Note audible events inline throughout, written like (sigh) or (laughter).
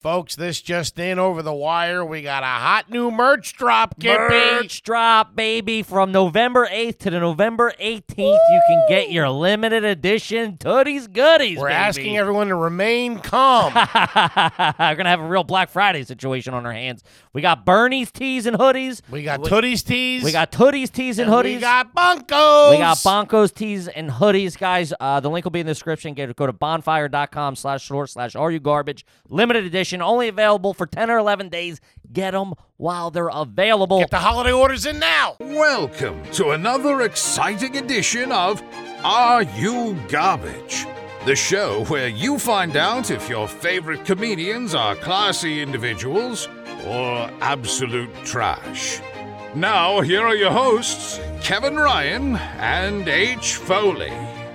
Folks, this just in over the wire. We got a hot new merch drop, Kippy. Merch drop, baby, from November 8th to the November 18th. You can get your limited edition Tooties Goodies. We're baby. asking everyone to remain calm. (laughs) We're gonna have a real Black Friday situation on our hands. We got Bernie's tees and hoodies. we got Tooties Tees. We got Tooties tees and, and hoodies. We got Bunkos. We got Bonkos tees and hoodies, guys. Uh, the link will be in the description. Get, go to bonfire.com slash store slash are you garbage. Limited edition, only available for 10 or 11 days. Get them while they're available. Get the holiday orders in now. Welcome to another exciting edition of Are You Garbage? The show where you find out if your favorite comedians are classy individuals or absolute trash. Now, here are your hosts, Kevin Ryan and H. Foley.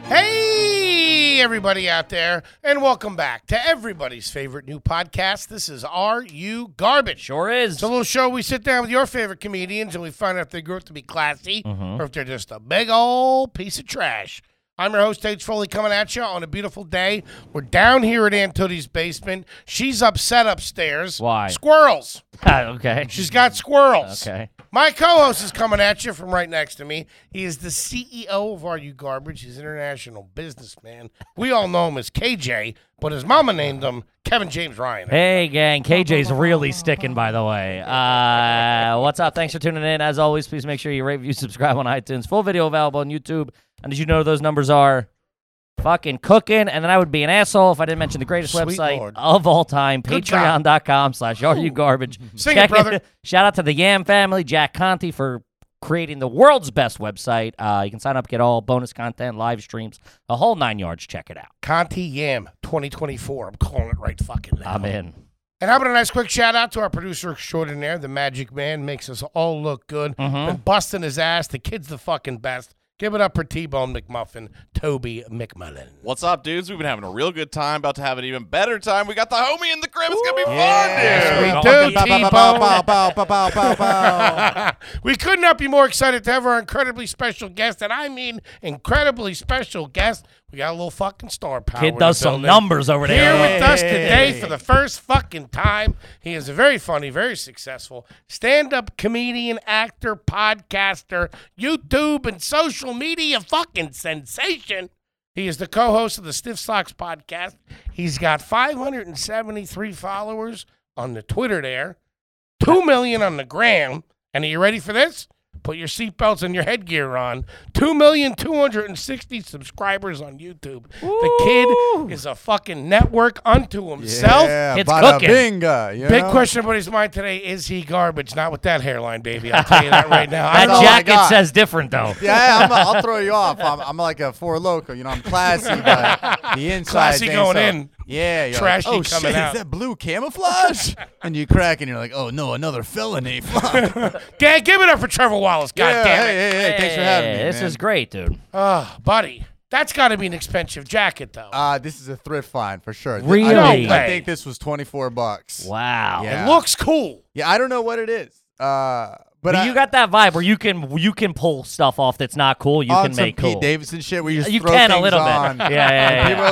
Hey, everybody out there, and welcome back to everybody's favorite new podcast. This is Are You Garbage? Sure is. It's a little show we sit down with your favorite comedians and we find out if they grew up to be classy Mm-hmm. or if they're just a big old piece of trash. I'm your host, H. Foley, coming at you on a beautiful day. We're down here at Aunt Tootie's basement. She's upset upstairs. Why? Squirrels. (laughs) (laughs) okay. She's got squirrels. Okay. My co-host is coming at you from right next to me. He is the CEO of Are You Garbage. He's an international businessman. We all know him as KJ, but his mama named him Kevin James Ryan. Hey, gang. KJ's really sticking, by the way. Uh, what's up? Thanks for tuning in. As always, please make sure you rate, review, subscribe on iTunes. Full video available on YouTube. And did you know those numbers are fucking cooking? And then I would be an asshole if I didn't mention the greatest Sweet website Lord. of all time, job. patreon.com slash are you garbage. (laughs) Sing it, brother. Shout out to the Yam family, Jack Conti, for creating the world's best website. Uh, you can sign up, get all bonus content, live streams, a whole nine yards. Check it out. Conti Yam 2024. I'm calling it right fucking now. I'm in. And how about a nice quick shout out to our producer extraordinaire, the Magic Man, makes us all look good. Mm-hmm. Been busting his ass. The kid's the fucking best. Give it up for T-Bone McMuffin, Toby McMullen. What's up, dudes? We've been having a real good time. About to have an even better time. We got the homie in the crib. It's gonna be fun, Yes, dude. we Bow, do, bow, bow, (laughs) T-Bone. (laughs) bow, we could not be more excited to have our incredibly special guest, and I mean incredibly special guest. We got a little fucking star power. in Kid the does some building. numbers over there. Here with us today for the first fucking time. He is a very funny, very successful stand up comedian, actor, podcaster, YouTube, and social media fucking sensation. He is the co host of the Stiff Socks podcast. He's got 573 followers on the Twitter there, 2 million on the gram. And are you ready for this? Put your seatbelts and your headgear on. 2,260 subscribers on YouTube. The kid is a fucking network unto himself. Yeah, It's bada cooking. Binga, you Big know? question in everybody's mind today is he garbage? Not with that hairline, baby. I'll tell you that right now. I That don't- all I jacket got. says different though. (laughs) Yeah, I'm, I'll throw you off. I'm, I'm like a four local, you know. I'm classy, (laughs) but the inside Classy thing, going so- in. Yeah, you're Trashy like, oh, coming shit, out." Is that blue camouflage? (laughs) and you crack, and you're like, oh no, (laughs) another felony. (laughs) Fuck. yeah, Yeah, give it up for Trevor Wallace. God damn it. hey, hey, hey, thanks for having me. Hey, This man. is great, dude. Ah, buddy. That's got to be an expensive jacket, though. Uh, this is a thrift find for sure. Th- Really? I, think- No way. I think this was 24 bucks. Wow. Yeah. It looks cool. (laughs) Yeah, I don't know what it is. Uh, but But I, you got that vibe where you can you can pull stuff off that's not cool. You on can some make Pete cool. Davidson shit where you just you throw can a things little on. bit. (laughs) Yeah, yeah, yeah. And people are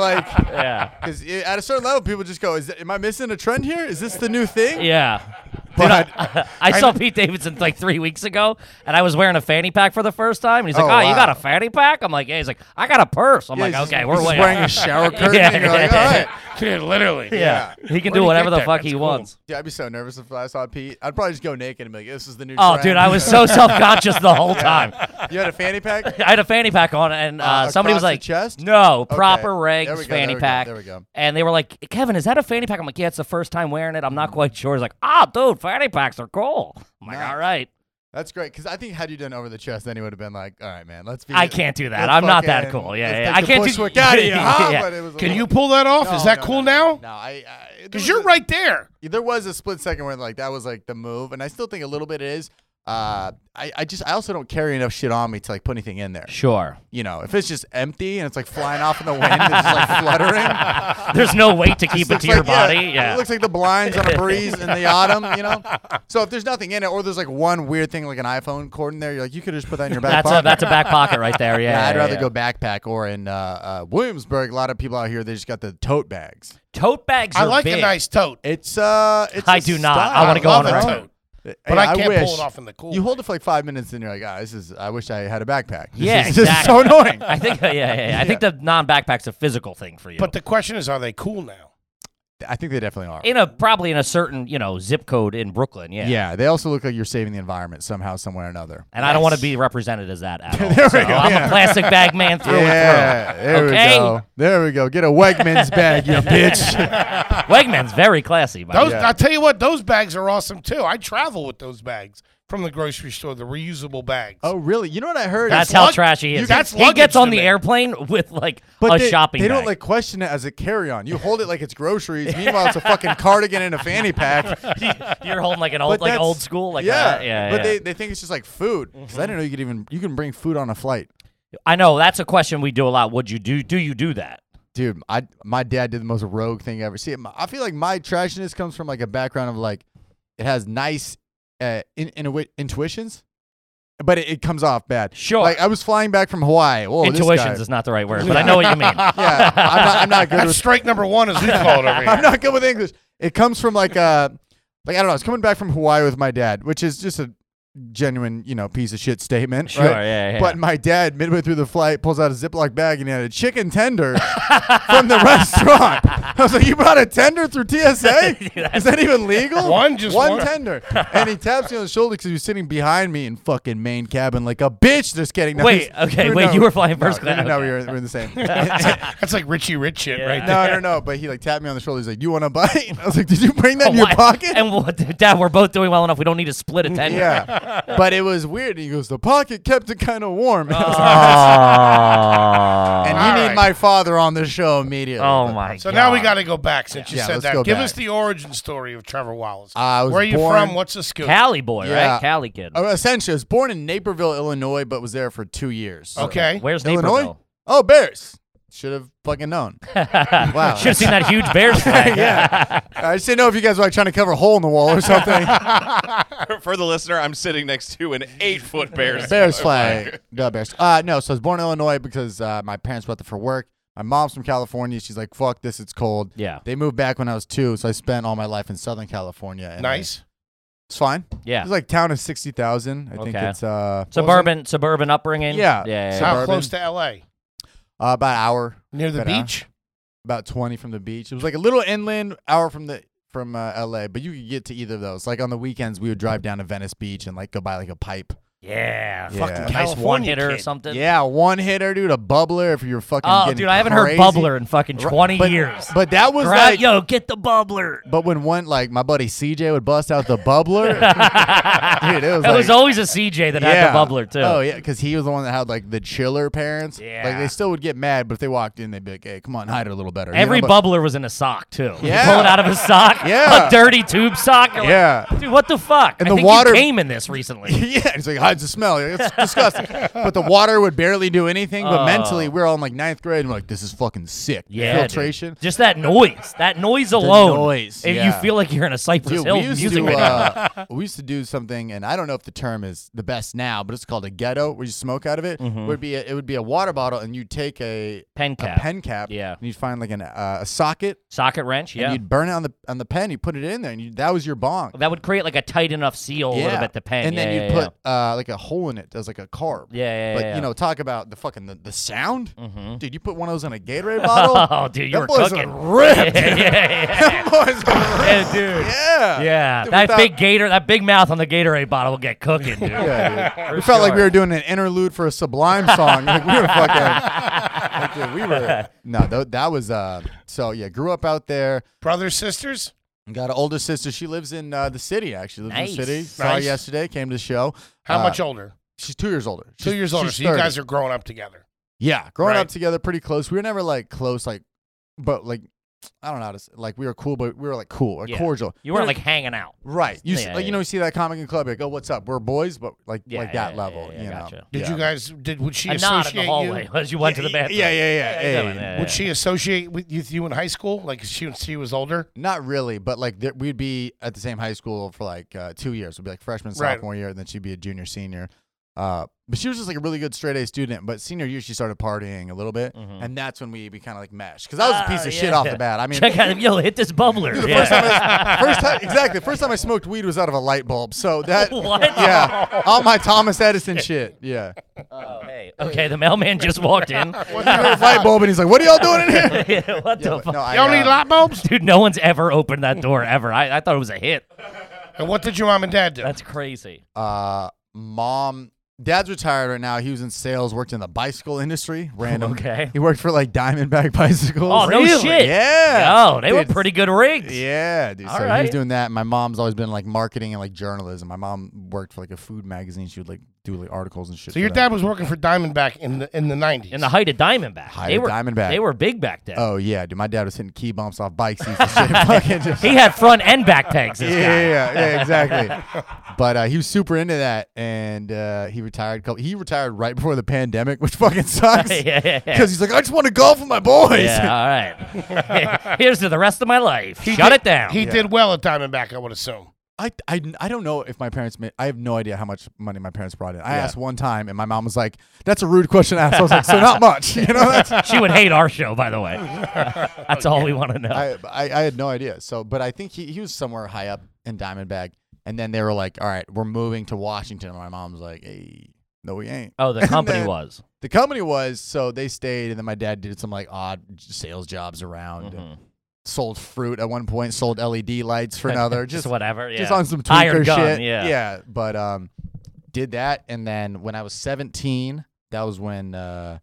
(laughs) like, yeah. Because at a certain level, people just go, "Is am I missing a trend here? Is this the new thing?" Yeah. But I (laughs) saw Pete Davidson like three weeks ago, and I was wearing a fanny pack for the first time. And he's like, "Oh, Oh, you wow. got a fanny pack?" I'm like, "Yeah." He's like, "I got a purse." I'm Yeah, like, he's just- "Okay, we're he's just way wearing off." a shower (laughs) curtain. Yeah, and you're like, yeah, all yeah. right. Dude, literally. yeah. He can Where'd do he whatever get the that? fuck he That's cool. wants. Yeah, I'd be so nervous if I saw Pete. I'd probably just go naked and be like, "This is the new." Oh, trend." dude, I was so (laughs) self conscious the whole time. (laughs) you had a (laughs) fanny pack. I had a fanny pack on, and uh, Uh, somebody was across the like, chest? "No, proper There regs we go, fanny there we go, pack." there we go. And they were like, "Kevin, is that a fanny pack?" I'm like, "Yeah, it's the first time wearing it. I'm not quite sure." He's like, "Ah, dude, fanny packs are cool." I'm like, Nice. "All right, That's great because I think had you done over the chest, then he would have been like, "All right, man, let's be." I can't do that. let's I'm not that fucking- cool. Yeah, let's yeah, take I the can't do- Bushwick (laughs) outta here, huh? Yeah. But it was a Can little- you pull that off? Is No, that no, cool no, now? No, I. I- there Because was you're a- right there. There was a split second where like that was like the move, and I still think a little bit it is. uh, I, I just I also don't carry enough shit on me to like put anything in there. Sure. You know, if it's just empty and it's like flying off in the wind, it's just like (laughs) fluttering. (laughs) There's no way to (laughs) keep it Looks to your like- body. It Yeah. looks like the blinds on a breeze in the autumn, (laughs) you know? So if there's nothing in it, or there's like one weird thing like an iPhone cord in there, you're like, you could just put that in your back that's pocket. a that's a back pocket right there. Yeah. (laughs) yeah, I'd yeah, rather yeah. go backpack or in uh, uh, Williamsburg. A lot of people out here, they just got the tote bags. Tote bags. I are like big. a nice tote, It's uh, it's I a do not. style. I wanna go love on a it. tote. Hey, but I can't wish- pull it off in the cool. You hold it for like five minutes, and you're like, ah, this is. I wish I had a backpack. (laughs) This Yeah, is, this is so annoying. (laughs) I think. Yeah, yeah, yeah. I think the non-backpack's a physical thing for you. But the question is, are they cool now? I think they definitely are. in a probably in a certain you know zip code in Brooklyn. Yeah. yeah. they also look like you're saving the environment somehow, some way or another. And I don't want to be represented as that (laughs) at all. There we so go, I'm yeah. a plastic bag man through Yeah, there Okay. we go. There we go. Get a Wegmans bag, (laughs) you bitch. and through. Wegman's very classy. By the Those, way. I'll tell you what, those bags are awesome too. I travel with those bags from the grocery store, the reusable bags. oh, really? You know what I heard? That's It's how lug- trashy he you- is. that's he luggage gets to on the me. airplane with like a they, shopping they bag. don't like question it as a carry-on. You hold it like it's groceries. Meanwhile, it's a fucking cardigan and a (laughs) fanny pack. (laughs) You're holding like an old But like that's- old school like yeah, that. yeah. Mm-hmm. But yeah. They, they think it's just like food. 'Cause I didn't know you could even you can bring food on a flight. I know that's a question we do a lot. Would you do? Do you do that? Dude, I my dad did the most rogue thing ever. See, my- I feel like my trashiness comes from like a background of like it has nice uh, in, in, intuitions, but it, it comes off bad. Sure. Like I was flying back from Hawaii. Whoa, Oh, this guy- Intuitions is not the right (laughs) word, but I know what you mean. yeah, I'm not, I'm (laughs) not good That's with strike number one, (laughs) as we call it over I'm here. not good with English. It comes from like uh like I don't know. It's coming back from Hawaii with my dad, which is just a genuine you know piece of shit statement. Sure, right? yeah, yeah. But my dad, midway through the flight, pulls out a Ziploc bag and he had a chicken (laughs) tender from the restaurant. I was like, "You brought a tender through (laughs) TSA? is that even legal? One, just one. tender." And he taps me on the shoulder because he was sitting behind me in fucking main cabin like a bitch. Just getting no, Wait, he's- okay, no, wait, no, you were flying no, first no, No, class, no, okay. we were, we were in the (laughs) same. That's like Richie Rich shit Yeah. right there. No, no, no. But he like tapped me on the shoulder. He's like, "You want a bite?" (laughs) I was like, "Did you bring that Oh, in your why- pocket?" And what, Dad, we're both doing well enough. We don't need to split a ten. (laughs) yeah, but it was weird. He goes, "The pocket kept it kind of warm." (laughs) And, I was like, Oh, and all you right. need my father on the show immediately. oh But my. So now we God. got to go back since you Yeah, said let's that. go Give back. us the origin story of Trevor Wallace. I was Where are you born- from? What's the scoop? (laughs) Cali boy, Yeah. right? Cali kid. Uh, Essentially, I was born in Naperville, Illinois, but was there for two years. okay. Where's Illinois? Naperville? Oh, Bears. Should have (laughs) fucking known. wow. Should have seen that huge Bears (laughs) flag. (laughs) yeah. I just didn't know if you guys were like trying to cover a hole in the wall or something. (laughs) For the listener, I'm sitting next to an eight (laughs) foot bear. Bears flag. No, Bears. Uh, no, so I was born in Illinois because uh, my parents went there for work. My mom's from California. She's like, fuck this, it's cold. Yeah. They moved back when I was two, so I spent all my life in Southern California. and Nice. It's fine. Yeah. It's like town of 60,000. I think Okay. it's uh, Suburban, suburban upbringing. Yeah. yeah. How yeah. Suburban. close to L.A.? uh, about an hour Near the But, uh, beach? about 20 from the beach. It was like a little inland hour from the from uh, LA, but you could get to either of those. Like on the weekends, we would drive down to Venice Beach and like go buy like a pipe. yeah. Yeah. Fucking nice Nice one California hitter or kid. something. yeah, one hitter, dude, a bubbler if you're fucking. Oh, getting dude, I haven't heard crazy. bubbler in fucking Right, 20 but- years. But that was Gra- like, yo, get the bubbler. but when one like my buddy CJ would bust out (laughs) the bubbler, dude, it was It like, was always a CJ that had the bubbler too. Oh yeah, because he was the one that had like the chiller parents. like Yeah. they still would get mad, but if they walked in, they'd be like, "Hey, come on, hide it a little better." you Every know, but- bubbler was in a sock too. Yeah. You pull it out of a sock. (laughs) Yeah. A dirty tube sock. You're like, Yeah. Dude, what the fuck? And I the think water- you came in this recently. (laughs) yeah, it's like hides the smell. Like, It's (laughs) disgusting. but the water would barely do anything. But Oh. mentally, we are all in like ninth grade, and we're like, this is fucking sick. Yeah, dude. filtration. Just that noise. That noise alone. noise, If you yeah. feel like you're in a Cypress Dude, Hill we used music to video. (laughs) uh, we used to do something, and I don't know if the term is the best now, but it's called a ghetto, where you smoke out of it. Mm-hmm. Would be a, it would be a water bottle, and you take a Pen a cap. pen cap, Yeah. and you'd find like an, uh, a socket, Socket wrench. and Yeah. you'd burn it on the on the pen, you put it in there, and you, that was your bong. That would create like a tight enough seal a little bit. The pen. and yeah, then yeah, you'd yeah. put uh, like a hole in it as like a carb. Yeah, yeah, but yeah, yeah. you know, talk about the fucking the, the sound, Mhm. dude. You put one of those in (laughs) a Gatorade bottle. (laughs) Oh, dude, you That were boy's cooking. (laughs) ripped. yeah, (laughs) yeah, That boy's yeah. ripped. yeah, dude. Yeah. Yeah, Dude, we that thought- big gator, that big mouth on the Gatorade bottle will get cooking, dude. (laughs) (laughs) Yeah, dude. we felt like we sure. were doing an interlude for a Sublime (laughs) song. Like we were fucking. like, dude, we were. No, th- that was. Uh, so yeah, grew up out there. Brothers, sisters? Got an older sister. She lives in uh, the city. Actually, lives in the Nice. city. Saw her Nice. yesterday. Came to the show. How Uh, much older? She's two years older. Two She's- years older. she's So you 30. guys are growing up together. Yeah, growing Right. up together, pretty close. We were never like close, like, but like I don't know how to say, like we were cool, but we were like cool, like Yeah. cordial. (laughs) You weren't We're- like hanging out. right. You s- Yeah, like, you yeah, know you see that comic in club like oh what's up we're boys but like Yeah, like that yeah, yeah, level yeah, you know. gotcha. Did you guys? Did would she A nod in associate the hallway you? as you went to the Yeah, bathroom. yeah, yeah, How you yeah, doing? yeah. Would she associate with you, you in high school? Like she she was older. Not really, but like there, we'd be at the same high school for like uh, two years. We'd be like freshman, Right. sophomore year, and then she'd be a junior, senior. Uh, but she was just like a really good straight A student. But senior year, she started partying a little bit, and that's when we, we kind of like meshed because I was a Oh, piece of Mm-hmm. yeah. shit off the bat. I (laughs) mean, Check out him. Yo, hit this bubbler. the Yeah. first time, I, first time, exactly. First time I smoked weed was out of a light bulb. So that, (laughs) What? yeah, all my Thomas Edison shit. Yeah, Oh, hey. Okay, the mailman just walked (laughs) in. (laughs) He threw a light bulb, and he's like, "What are y'all doing in here?" what the But fuck? no, I, Y'all need uh, light bulbs. Dude, no one's ever opened that door ever. I, I thought it was a hit. And what did your mom and dad do? That's crazy. uh, mom. Dad's retired right now. He was in sales, worked in the bicycle industry. Random. Okay. He worked for like Diamondback bicycles. Oh, no shit. Yeah. Oh, they were Dude, pretty good rigs. Yeah, dude. All so he was right. doing that. My mom's always been like marketing and like journalism. My mom worked for like a food magazine. She would like do like articles and So shit. for your them. dad was working for Diamondback in the in the nineties. In the height of Diamondback. Height they of were, Diamondback. They were big back then. Oh yeah, dude. My dad was hitting key bumps off bikes. He used to shit (laughs) fucking (laughs) just. He had front and back pegs, this Yeah, guy. yeah, (laughs) yeah, exactly. but uh, he was super into that, and uh, he retired. couple- He retired right before the pandemic, (laughs) which fucking sucks. yeah, yeah, yeah. Because he's like, I just want to golf with my boys. Yeah, all right. Here's to the rest of my life. Shut did- it down. He did well at Diamondback, I would assume. (laughs) I, I, I don't know if my parents made. I have no idea how much money my parents brought in. I asked one time, and my mom was like, "That's a rude question to ask." I was like, "So not much, (laughs) you know?" (laughs) That's, she would hate our show, by the (laughs) way. That's all we want to know. I, I I had no idea. So, but I think he, he was somewhere high up in Diamondback, and then they were like, "All right, we're moving to Washington." And my mom was like, "Hey, no, we ain't." oh, the And company (laughs) then was. The company was so they stayed, and then my dad did some like odd sales jobs around. Mm-hmm. and Sold fruit at one point. Sold LED lights for (laughs) another. Just, Just whatever. Yeah. just on some Iron tweaker gun, shit. Yeah. yeah. But um, did that, and then when I was 17, that was when uh,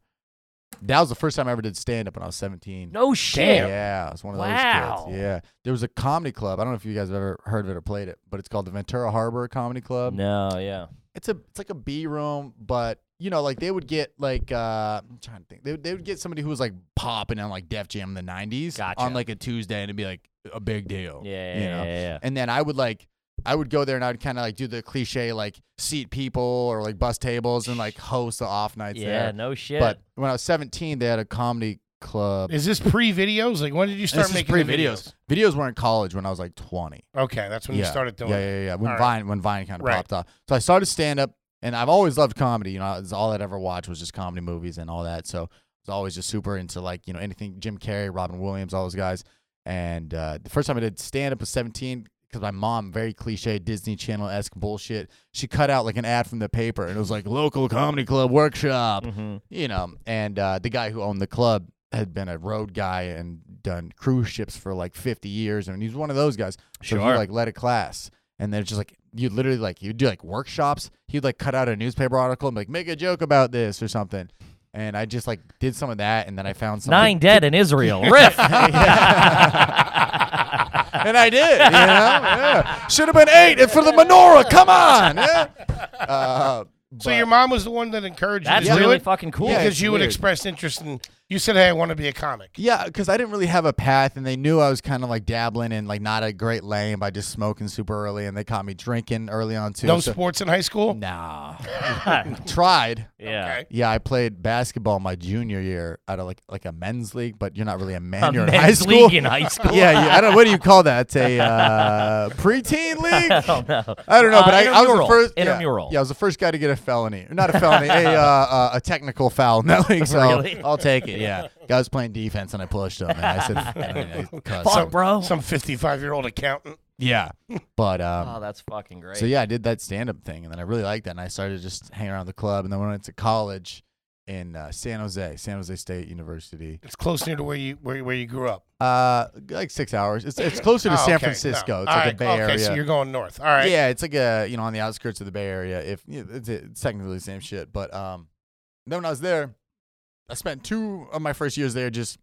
that was the first time I ever did stand up when I was 17. No shit. Yeah, I was one of Wow. those kids. Yeah, there was a comedy club. I don't know if you guys have ever heard of it or played it, but it's called the Ventura Harbor Comedy Club. No, yeah. It's a it's like a B room, but you know, like they would get like uh, I'm trying to think. They, would- they would get somebody who was like popping on like Def Jam in the 90s Gotcha. on like a Tuesday, and it'd be like a big deal. Yeah, you yeah, know? yeah, yeah. And then I would like I would go there and I would kind of like do the cliche like seat people or like bus tables and like host the off nights Yeah, there. no shit. But when I was 17, they had a comedy club. Is this pre videos? Like when did you And start this is making the pre-videos. Videos were in college when I was like 20. Okay, that's when yeah. you started doing yeah, yeah, it. yeah, yeah. When All right. Vine, when Vine kind of Right. popped off. So I started stand up, and I've always loved comedy. You know, it's all I'd ever watched was just comedy movies and all that. So I was always just super into like you know anything Jim Carrey, Robin Williams, all those guys. And uh, the first time I did stand up was 17 because my mom, very cliche Disney Channel esque bullshit, she cut out like an ad from the paper, and it was like local comedy club workshop Mhm. you know, and uh, the guy who owned the club had been a road guy and done cruise ships for like 50 years. and he was one of those guys. So he Sure. like led a class. And they're just like, you literally like, you'd do like workshops. He'd like cut out a newspaper article and be like, make a joke about this or something. And I just like did some of that. And then I found something. Nine dead in Israel. Riff. (laughs) and I did. (laughs) You know? yeah. Should have been eight and for the menorah. Come on. Yeah. Uh, So but- your mom was the one that encouraged That's you to do really it fucking cool. Yeah, because it's you would weird. express interest in. You said, "Hey, I want to be a comic." Yeah, because I didn't really have a path, and they knew I was kind of like dabbling in like not a great lane by just smoking super early, and they caught me drinking early on too. No so- sports in high school. Nah, tried. yeah. Okay. Yeah, I played basketball my junior year at a, like like a men's league, but you're not really a man. A you're in high men's school. league (laughs) in high school. yeah, yeah, I don't. What do you call that? (laughs) It's a uh, preteen league. I don't know. know, Uh, but I, I was the intramural. first. yeah. Intramural. Yeah, I was the first guy to get a felony, not a felony, a uh, uh, a technical foul (laughs) in that league. So Really? I'll take it. Yeah, guy was playing defense, and I pushed him, and I said, (laughs) I mean, I cussed. Fuck, So- bro. Some fifty-five-year-old accountant. yeah, but oh, um, that's fucking great. so yeah, I did that stand up thing, and then I really liked that, and I started just hanging around the club, and then when I went to college in uh, San Jose, San Jose State University. It's close near to where you where, where you grew up. Uh, like six hours. It's it's closer (laughs) to Oh, okay. San No. Francisco. It's All like right. a Bay okay, Area. so you're going north. All right. Yeah, it's like a you know on the outskirts of the Bay Area. If you know, it's, it's technically the same shit, but um, then when I was there, I spent two of my first years there just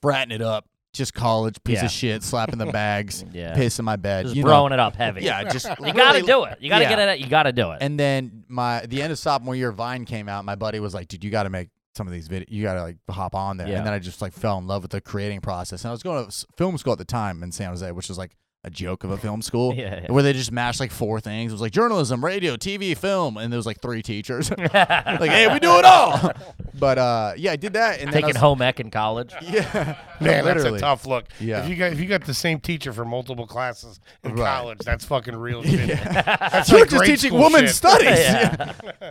fratting it up, just college piece Yeah. of shit, slapping the bags, (laughs) Yeah. pissing my bed, Just you know. throwing it up heavy. Yeah, (laughs) just you You gotta do it. You gotta Yeah. get it. You gotta do it. And then my the end of sophomore year, Vine came out. My buddy was like, "Dude, you got to make some of these videos. You gotta like hop on there. Yeah. And then I just like fell in love with the creating process. And I was going to s- film school at the time in San Jose, which was like a joke of a film school. (laughs) Yeah, yeah. Where they just mashed like four things. It was like journalism, radio, TV, film, and there was like three teachers. (laughs) like, hey, we do (laughs) it all. But uh yeah, I did that and then I Taking was- home ec in college. Yeah. Man, (laughs) Literally. that's a tough look. Yeah. If you got if you got the same teacher for multiple classes in Right. college, that's fucking (laughs) real shit. That's You're like just grade teaching school women shit. (laughs) studies.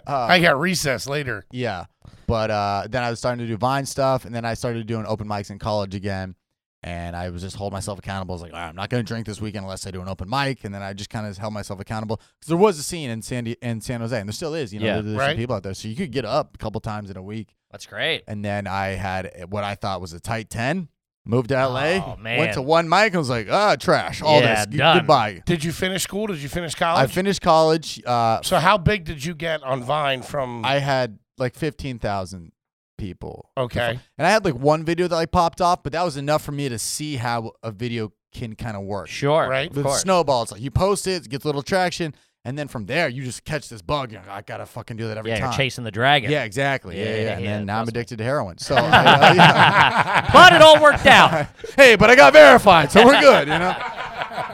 I got recess later. Yeah. But uh, then I was starting to do Vine stuff, and then I started doing open mics in college again. And I was just holding myself accountable. I was like, All right, I'm not going to drink this weekend unless I do an open mic. And then I just kind of held myself accountable because there was a scene in San, Di- in San Jose, and there still is. You know, Yeah. there- there's Right. some people out there, so you could get up a couple times in a week. That's great. And then I had what I thought was a tight ten. Moved to LA. Oh, Went man. to one mic. and was like, ah, trash. All Yeah, this. G- done. Goodbye. Did you finish school? Did you finish I college? finished college. Uh, so how big did you get on Vine Mm. from? I had like fifteen thousand people. okay. And I had like one video that like popped off, but that was enough for me to see how a video can kind of work. Sure. Right. Of The course. snowball. It's like you post it, it gets a little traction, and then from there you just catch this bug. You're like, I gotta fucking do that every yeah, time. you're chasing the dragon. yeah, exactly. Yeah, yeah. Yeah, yeah. And yeah, then now I'm trust addicted to heroin. So, (laughs) I, uh, yeah. but it all (laughs) worked out. hey, but I got verified, so we're good, you know. (laughs)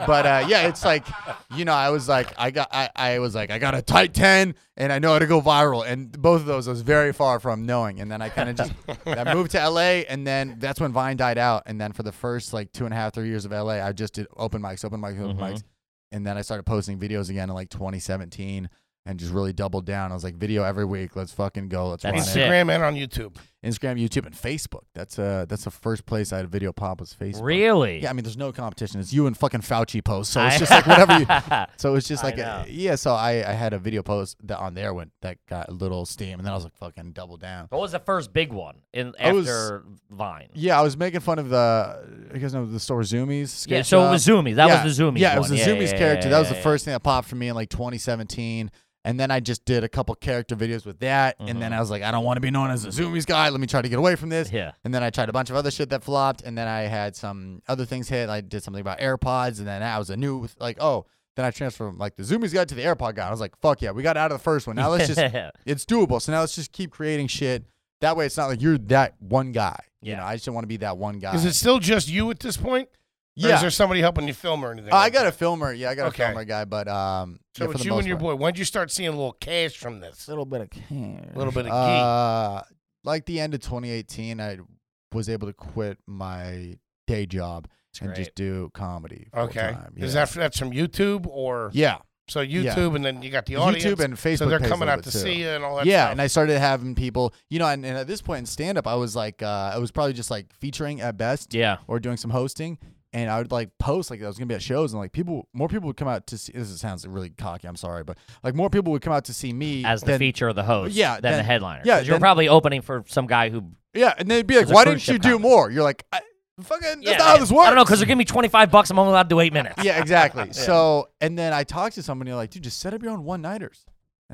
But uh, yeah, it's like, you know, I was like, I got, I, I was like, I got a tight ten, and I know how to go viral, and both of those I was very far from knowing, and then I kind of just, I (laughs) moved to LA, and then that's when Vine died out, and then for the first like two and a half, three years of LA, I just did open mics, open mics, open mics, and then I started posting videos again in like 2017, and just really doubled down. I was like, video every week, let's fucking go, let's That's run sick. it. Instagram and on YouTube. Instagram, YouTube, and Facebook. That's uh, that's the first place I had a video pop was Facebook. Really? Yeah, I mean, there's no competition. It's you and fucking Fauci post. So it's just like whatever (laughs) you. So it's just I like, know. uh yeah. So I, I had a video post that on there went that got a little steam, and then I was like, fucking double down. What was the first big one in I after was- Vine? Yeah, I was making fun of the, you guys know the store Zoomies. Yeah, skate so it shop? was Zoomies. That um, yeah. was the Zoomies. Yeah, it one. was the Zoomies yeah, character. yeah, that was yeah, the first thing that popped for me in like 2017. And then I just did a couple character videos with that. And then I was like, I don't want to be known as the Zoomies guy. Let me try to get away from this. Mm-hmm. Yeah. And then I tried a bunch of other shit that flopped. And then I had some other things hit. I did something about AirPods. And then that was a new, like, oh, then I transferred from like the Zoomies guy to the AirPod guy. I was like, fuck yeah, we got out of the first one. Now let's (laughs) just, Yeah. it's doable. So now let's just keep creating shit. That way it's not like you're that one guy. You Yeah. know, I just don't want to be that one guy. Is it still just you at this point? Or yeah. is there somebody helping you film or anything? Uh, I like got that? a filmer. Yeah, I got Okay. a filmer guy, but um, So yeah, for it's the you most and your part. boy. When would you start seeing a little cash from this? little bit of A little bit of geek. Uh, like the end of 2018, I was able to quit my day job and great. just do comedy. full Okay. time. Is Yeah. that that's from YouTube or yeah? so YouTube Yeah. and then you got the audience. YouTube and Facebook. so they're pays a coming little out to bit too. see you and all that. yeah, stuff. and I started having people, you know, and, and at this point in stand up, I was like, uh, I was probably just like featuring at best, Yeah. or doing some hosting. And I would like post like I was gonna be at shows, and like people, more people would come out to see. This sounds really cocky. I'm sorry, but like more people would come out to see me As the than- feature of the host. Yeah, Than the then- headliner. yeah, 'Cause you're then- probably opening for some guy who. Yeah, and they'd be like, It's a "Why cruise didn't you ship do comedy. more?" You're like, I, "Fucking, that's Yeah, not how yeah. this works." I don't know because they're giving me 25 bucks. I'm only allowed to do eight minutes. yeah, (laughs) exactly. So, and then I talked to somebody like, "Dude, just set up your own one nighters."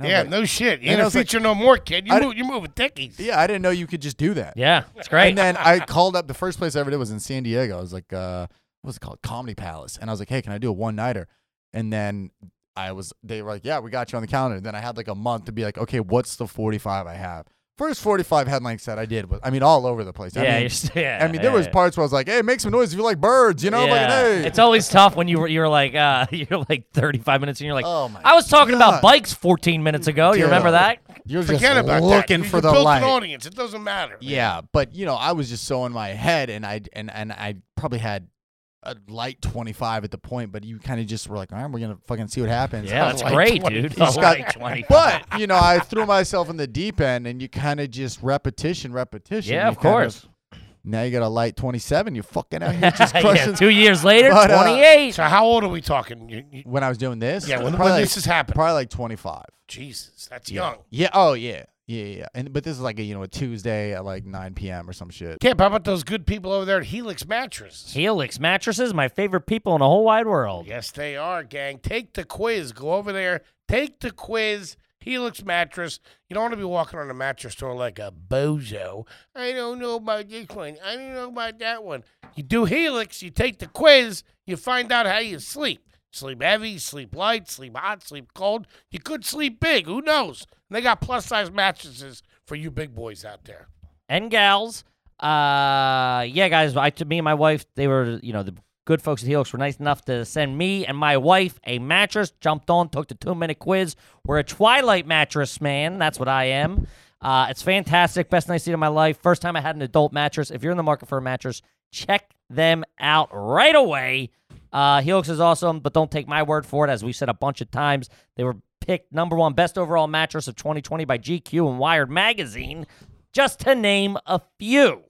yeah, no shit. You and I don't was like- feature no more, kid. You I- move, you move with dickies. yeah, I didn't know you could just do that. Yeah, it's great. And (laughs) then I called up the first place I ever did was in San Diego. I was like, uh, "What's it called? Comedy Palace." And I was like, "Hey, can I do a one nighter?" And then I was, they were like, "Yeah, we got you on the calendar." And then I had like a month to be like, "Okay, what's the 45 I have?" First 45 headlines that I did was, I mean, all over the place. I yeah, mean, you're s- yeah. I mean, there yeah, was yeah. parts where I was like, "Hey, make some noise if you like birds," you know, like, Yeah. hey. It's always tough when you were you're like uh (laughs) you're like 35 minutes and you're like Oh my I was talking about God. bikes 14 minutes ago. You Dude. remember (laughs) that? You're Forget just about looking that. for you the built light. an audience. It doesn't matter. Yeah, but you know, I was just so in my head, and I and and I probably had a light 25 at the point, but you kind of just were like, all right, we're gonna fucking see what happens. Yeah, that's like great, 20. dude. (laughs) just Like got- 20. But you know, I threw myself in the deep end, and you kind of just repetition, repetition. yeah, You of kind course. (laughs) now you got a light 27. You fucking out here just yeah, crushing. two years later, But, uh, 28. So how old are we talking? You, you, when I was doing this, yeah, when, probably when like, this has happened. probably like 25. Jesus, that's Yeah. young. Yeah. Oh yeah. Yeah, yeah, yeah. and but this is like a you know a Tuesday at like 9 p.m. or some shit. Yeah, but how about those good people over there at Helix Mattress? Helix mattresses, my favorite people in the whole wide world. Yes, they are, gang. Take the quiz. Go over there. Take the quiz. Helix mattress. You don't want to be walking on a mattress store like a bozo. I don't know about this one. I don't know about that one. You do Helix. You take the quiz. You find out how you sleep. Sleep heavy, sleep light, sleep hot, sleep cold. You could sleep big. Who knows? And they got plus size mattresses for you big boys out there. and gals. Uh, yeah, guys. I to me and my wife, they were you know the good folks at Helix were nice enough to send me and my wife a mattress. Jumped on, took the two minute quiz. We're a Twilight mattress man. That's what I am. Uh, it's fantastic. Best night seat of my life. First time I had an adult mattress. If you're in the market for a mattress, check them out right away. Uh, Helix is awesome, but don't take my word for it. As we've said a bunch of times, they were picked number one best overall mattress of 2020 by GQ and Wired Magazine, just to name a few.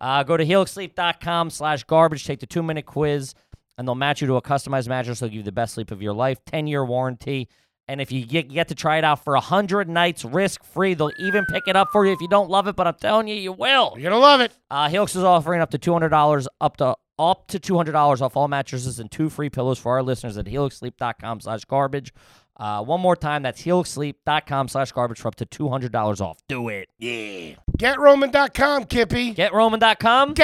Uh, go to helixsleep.com slash garbage, take the two minute quiz, and they'll match you to a customized mattress. They'll give you the best sleep of your life, 10 year warranty. And if you get, get to try it out for 100 nights risk free, they'll even pick it up for you if you don't love it, but I'm telling you, you will. You're gonna love it. Uh, Helix is offering up to two hundred dollars up to up to two hundred dollars off all mattresses and two free pillows for our listeners at helixsleep.com slash garbage. Uh, one more time, that's helixsleep.com slash garbage for up to two hundred dollars off. Do it. Yeah. GetRoman.com, Kippy. GetRoman.com.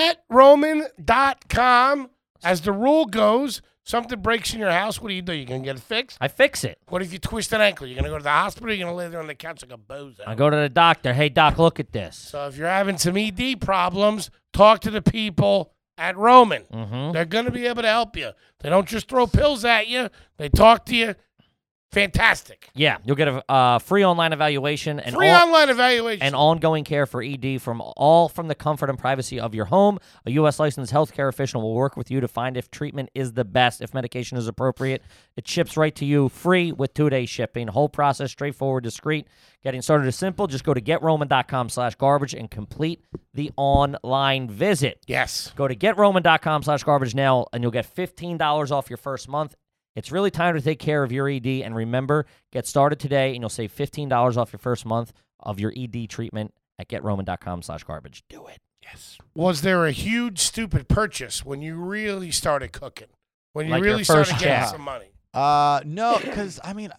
GetRoman.com. As the rule goes, something breaks in your house. What do you do? You gonna get it fixed? I fix it. What if you twist an ankle? You're gonna go to the hospital. You're gonna lay there on the couch like a bozo. I go to the doctor. Hey doc, look at this. So if you're having some ED problems, talk to the people at Roman. Mm-hmm. They're going to be able to help you. They don't just throw pills at you. They talk to you. Fantastic. Yeah, you'll get a uh, free online evaluation and Free all- online evaluation. and ongoing care for ED from all from the comfort and privacy of your home. A U.S. licensed healthcare official will work with you to find if treatment is the best, if medication is appropriate. It ships right to you free with two-day shipping. Whole process straightforward, discreet. Getting started is simple. Just go to getroman.com slash garbage and complete the online visit. yes. Go to getroman.com slash garbage now and you'll get $15 off your first month. It's really time to take care of your ED. And remember, get started today and you'll save $15 off your first month of your ED treatment at getroman.com slash garbage. Do it. Yes. Was there a huge, stupid purchase when you really started cooking? When you Like your really started first getting check. some money? Uh, no, because I mean,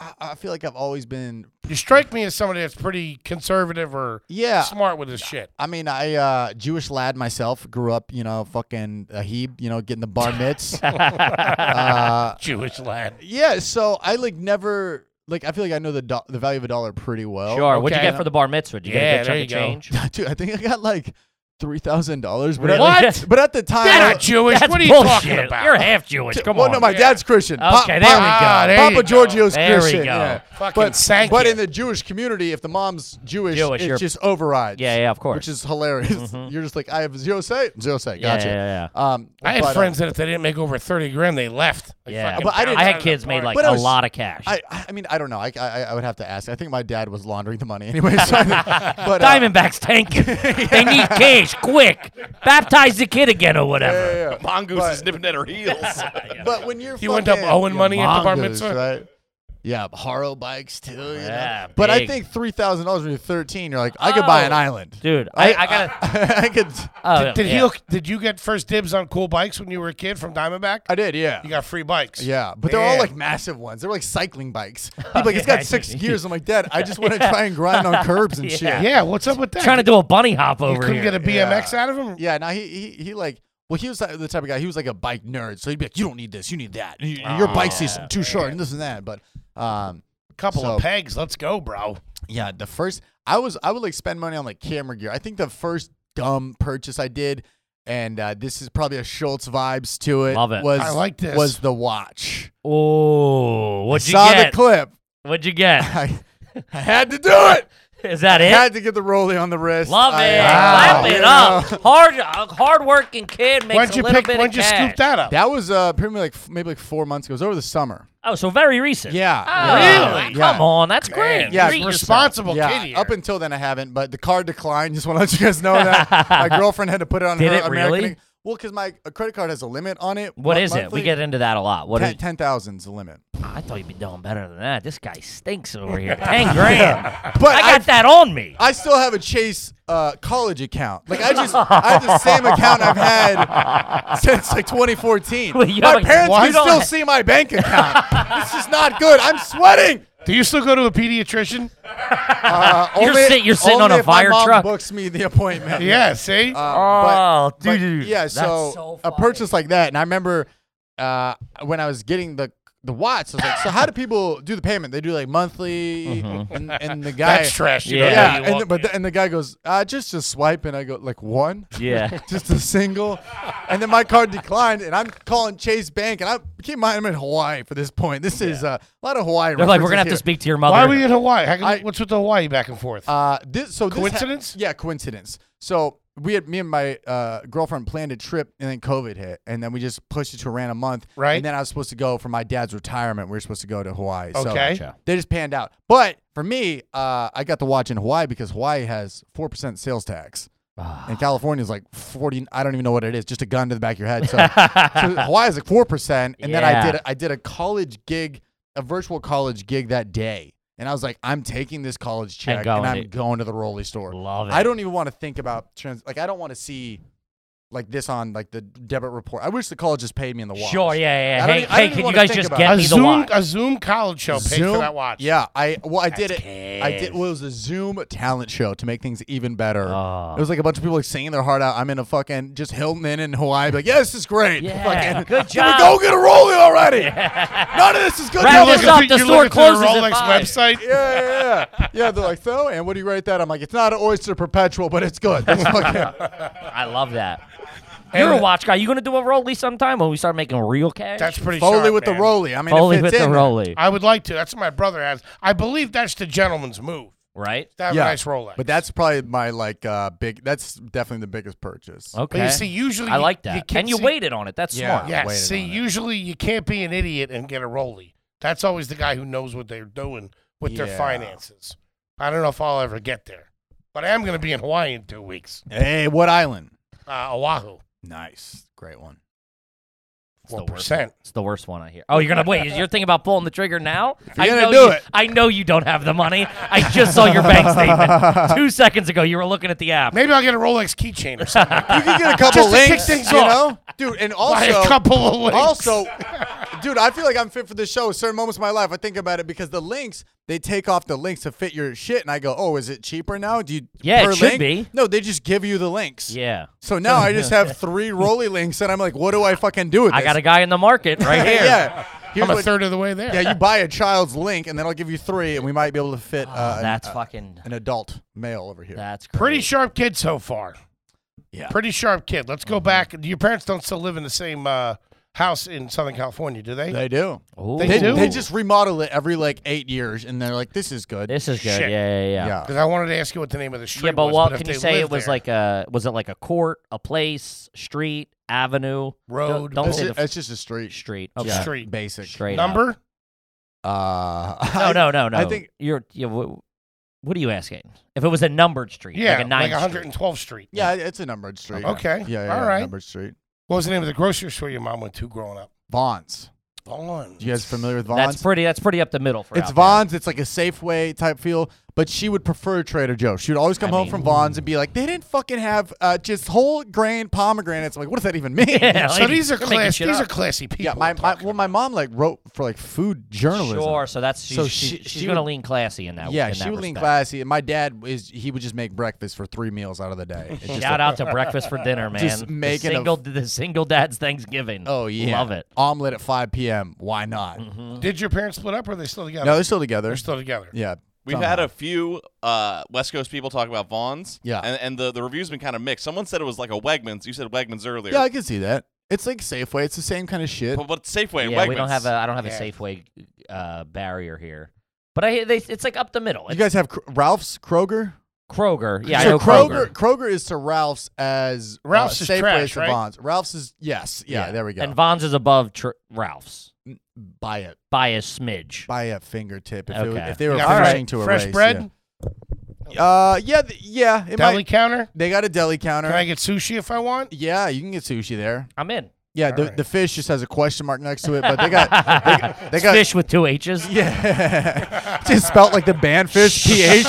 I, I feel like I've always been. You strike me as somebody that's pretty conservative or Yeah, smart with his shit. I mean, I uh, Jewish lad myself grew up, you know, fucking a heeb, you know, getting the bar (laughs) mitz. uh, Jewish lad. (laughs) yeah, so I like never like I feel like I know the do- the value of a dollar pretty well. Sure. What'd you okay. get for the bar mitzvah? Did you Yeah, get a there good you go. chunk of change? (laughs) Dude, I think I got like three thousand dollars. But Really? at, What? but at the time, You're not Jewish. That's What are you bullshit. talking about? You're half Jewish. Come well, on. no, my dad's Christian. Pa- Okay, there pa- we go. Ah, there you Papa go. Giorgio's There we Christian. go. Yeah. Fucking But sank but you. in the Jewish community, if the mom's Jewish, Jewish, it you're- just overrides. yeah, yeah, of course. Mm-hmm. Which is hilarious. (laughs) You're just like I have zero say, zero say. Yeah, Gotcha. yeah, yeah, Um, I had but, uh, friends that if they didn't make over 30 grand, they left. They Yeah. fucking But I didn't- I bounced out had of kids the made party. like But I a was- lot of cash. I, I I mean, I don't know. I, I, I would have to ask. I think my dad was laundering the (laughs) money anyway. So I think- but, uh, Diamondbacks (laughs) tank. They need cash quick. Baptize the kid again or whatever. yeah, yeah. Mongoose is nipping at her heels. (laughs) But when you're You end up fucking- owing money at the bar Mongoose, mitzvah? right? Yeah, Haro bikes too. You know? Yeah, but I big. think three thousand dollars when you're thirteen, you're like, I could buy an Oh. island, (laughs) Dude, I, I gotta. I, I could. oh, Did yeah. he? Look, did you get first dibs on cool bikes when you were a kid from Diamondback? I did, yeah. You got free bikes. Yeah, but they're all Yeah. like massive ones. They're like cycling bikes. People like, (laughs) it's yeah. got six gears. I'm like, Dad, I just want to try and grind on curbs and Yeah. shit. Yeah. What's up with that? trying to do a bunny hop you over couldn't here. get a BMX Yeah. out of him. Yeah, now he, he he like well he was the the type of guy he was like a bike nerd so he'd be like you don't need this you need that And you- Oh, your bike's is too short and this and that but um Couple of So- pegs. Let's go, bro. yeah the first I was I would like spend money on like camera gear I think the first dumb purchase I did and uh, this is probably a Schultz vibes to it Love it. was I like this. was the watch oh, what'd you saw get? the clip what'd you (laughs) get? I, I had to do it Is that it? (laughs) had to get the rolly on the wrist Love I- uh, it. Wow. Clap you it know? up. Hard, a hard-working kid makes When'd a you little pick? bit When'd of you cash. scoop that up? That was uh, probably like f- maybe like four months ago. It was over the summer. Oh, so very recent. Yeah. Oh, Really? Yeah. Come on, that's great. Man, Yeah, Treat he's yourself. responsible yeah, kid. Here. up until then I haven't, but the card declined. Just (laughs) want to let you guys know that (laughs) my girlfriend had to put it on Did her it American. really? Eng- Well, because my uh, credit card has a limit on it. What mon- is it? monthly. We get into that a lot. What is? ten thousand is the limit. I thought you'd be doing better than that. This guy stinks over here. Ten grand. But I got I've- that on (laughs) me. I still have a Chase uh, college account. Like I just, I have the same account I've had (laughs) since like 2014. Well, you my don't- parents what? can You don't still ha- see my bank account. this is not good. I'm sweating. Do you still go to a pediatrician? Uh, (laughs) You're only- sit- you're sitting on only a if my fire mom truck. Books me the appointment. Yeah. See. Uh, but- Oh, dude. yeah, That's so, so a funny. purchase like that, and I remember uh, when I was getting the the watch. I was like, so how do people do the payment? They do like monthly, and, and the guy. That's trash. You Mm-hmm. Yeah. know, yeah, how you and want the, but it. the, and the guy goes, uh, just just swipe, and I go like one, Yeah. (laughs) just a single, and then my card declined, and I'm calling Chase Bank, and I keep in mind I'm in Hawaii for this point. This is uh, a lot of Hawaii. They're like, references we're gonna have to here." speak to your mother. why are (laughs) we in Hawaii? How come, I- what's with the Hawaii back and forth? Uh, this so this ha- Coincidence? yeah, coincidence. So we had me and my uh, girlfriend planned a trip, and then COVID hit, and then we just pushed it to a random month. Right. And then I was supposed to go for my dad's retirement. We were supposed to go to Hawaii. So Okay. Gotcha. they just panned out. But for me, uh, I got to watch in Hawaii because Hawaii has four percent sales tax. And California is like forty. I don't even know what it is. Just a gun to the back of your head. (laughs) So, so Hawaii is like four percent. And then I Yeah. did. I did a college gig, a virtual college gig that day, and I was like, I'm taking this college check And and, going I'm to- going to the Rolly store. Love it. I don't even want to think about trans. Like I don't want to see like this on like the debit report. I wish the college just paid me in the watch. Sure. Yeah. Yeah. I don't Hey, e- I hey, don't even can you wanna guys think just about get it. a me the Zoom watch? a Zoom college show paid for Zoom- that watch. Yeah, I well I did it. That's I did. kiss. Well, it was a Zoom talent show to make things even better. Oh. It was like a bunch of people like singing their heart out. I'm in a fucking just Hilton Inn in Hawaii. Like, yeah, this is great. Yeah, Fucking- good Can we job. Go get a rolly already. None of this is good. Wrap enough. You're this looking up, through- the you're store looking through the closes at Rolex five. website. yeah, yeah, yeah. Yeah, they're like, so, and what do you write that? I'm like, it's not an oyster perpetual, but it's good. It's fucking- Oh, I love that. You're a watch guy. You gonna do a rollie sometime when we start making real cash? That's pretty. Foley sharp, with man. the rolly. I mean, it Foley fits with in the there. rollie, I would like to. That's what my brother has. I believe that's the gentleman's move. right? To have Yeah, a nice Rolex. But that's probably my like uh big. That's definitely the biggest purchase. But Okay. you see, usually I you- like You that. can't and you see- waited on it. That's Yeah. smart. Yeah. Yes. waited See, on it. usually you can't be an idiot and get a rollie. That's always the guy who knows what they're doing with Yeah. their finances. I don't know if I'll ever get there, but I am going to be in Hawaii in two weeks. Hey, what island? Uh, Oahu, Nice, great one. the four worst percent. It's the worst one I hear. Oh, you're gonna wait. You're thinking about pulling the trigger now? I you're know gonna do you, it. I know you don't have the money. I just saw your (laughs) bank statement two seconds ago. You were looking at the app. Maybe I'll get a Rolex keychain or (laughs) something. You could get a couple Just to kick links, things you off. know, dude. And also, Buy a couple of links. also, dude, I feel like I'm fit for this show. Certain moments of my life, I think about it because the links they take off the links to fit your shit, and I go, oh, is it cheaper now? Do you? Yeah, per it should link? be. No, they just give you the links. Yeah. So now I (laughs) just have three Rolly links, and I'm like, what do I fucking do with I this? got a guy in the market right here. (laughs) yeah. Here's I'm a what- third of the way there. Yeah, you buy a child's link, and then I'll give you three, and we might be able to fit uh, Oh, that's an, uh, fucking. an adult male over here. That's great. Pretty sharp kid so far. Yeah. Pretty sharp kid. Let's Mm-hmm. go back. Your parents don't still live in the same uh, house in Southern California, do they? They do. Ooh. They They, do. they just remodel it every like eight years, and they're like, "This is good." This is good. Shit. Yeah, yeah, yeah. yeah. Because I wanted to ask you what the name of the street Yeah, but was. what if can you they say? It lived was there. like a was it like a court, a place, street, avenue, Road. Don't, don't It's, say ju- the f- it's just a street. street. Okay. Yeah, Street. Basic. Straight up. number? Uh, No, no, no, no. (laughs) I think- you're. You, wh- what are you asking? If it was a numbered street, Yeah, like a nine street. 112th Street. Yeah, it's a numbered street. Okay. Yeah, yeah, All yeah, right. Numbered street. What was the name of the grocery store your mom went to growing up? Vaughn's. Vaughn. You guys familiar with Vaughn's? That's pretty. That's pretty up the middle for. It's out there. Vaughn's. It's like a Safeway type feel, but she would prefer Trader Joe's. She would always come I home mean- from Vaughn's and be like, "They didn't fucking have uh, just whole grain pomegranates." I'm like, "What does that even (laughs) (laughs) mean?" Yeah, So like, these are you're making class. shit These up. are classy people. (laughs) yeah. My, we're my talking well, my about. mom like wrote for like food journalism. Sure. So that's she's, she, So she- she's she gonna would- lean classy in that. Yeah, in she that would lean respect. classy. And my dad is he would just make breakfast for three meals out of (laughs) the day. It's just Shout a- out to breakfast for dinner, man. Just making a- the single the single dad's Thanksgiving. Oh yeah, love it. Mm-hmm. Omelet at 5 p.m. Why not? Did your parents split up or are they still together? No, they're still together. they're still together. yeah, We've had a few uh, West Coast people talk about Vaughn's. Yeah. And, and the, the review's been kind of mixed. Someone said it was like a Wegmans. You said Wegmans earlier. yeah, I can see that. It's like Safeway. It's the same kind of shit. but, but Safeway and yeah, Wegmans. we don't have a. I don't have a Yeah. Safeway uh, barrier here. But I, they, it's like up the middle. You It's guys have Kr- Ralph's Kroger. Kroger. Yeah, so I know Kroger, Kroger is to Ralph's as uh, Ralph's is Safeway trash, to right? Vaughn's. Ralph's is yes, yeah. There we go. And Vaughn's is above tr- Ralph's buy it, by a smidge. buy a fingertip. If, it, was- Okay. if they were You got fishing fresh- to a fresh race, bread, Yeah. Uh, yeah, th- yeah. It deli might, counter. they got a deli counter. Can I get sushi if I want? yeah, you can get sushi there. I'm in. Yeah, the, right. the fish just has a question mark next to it, but they (laughs) got they, got- they got Fish with two H's. Yeah, (laughs) just spelt like the (laughs) band fish ph.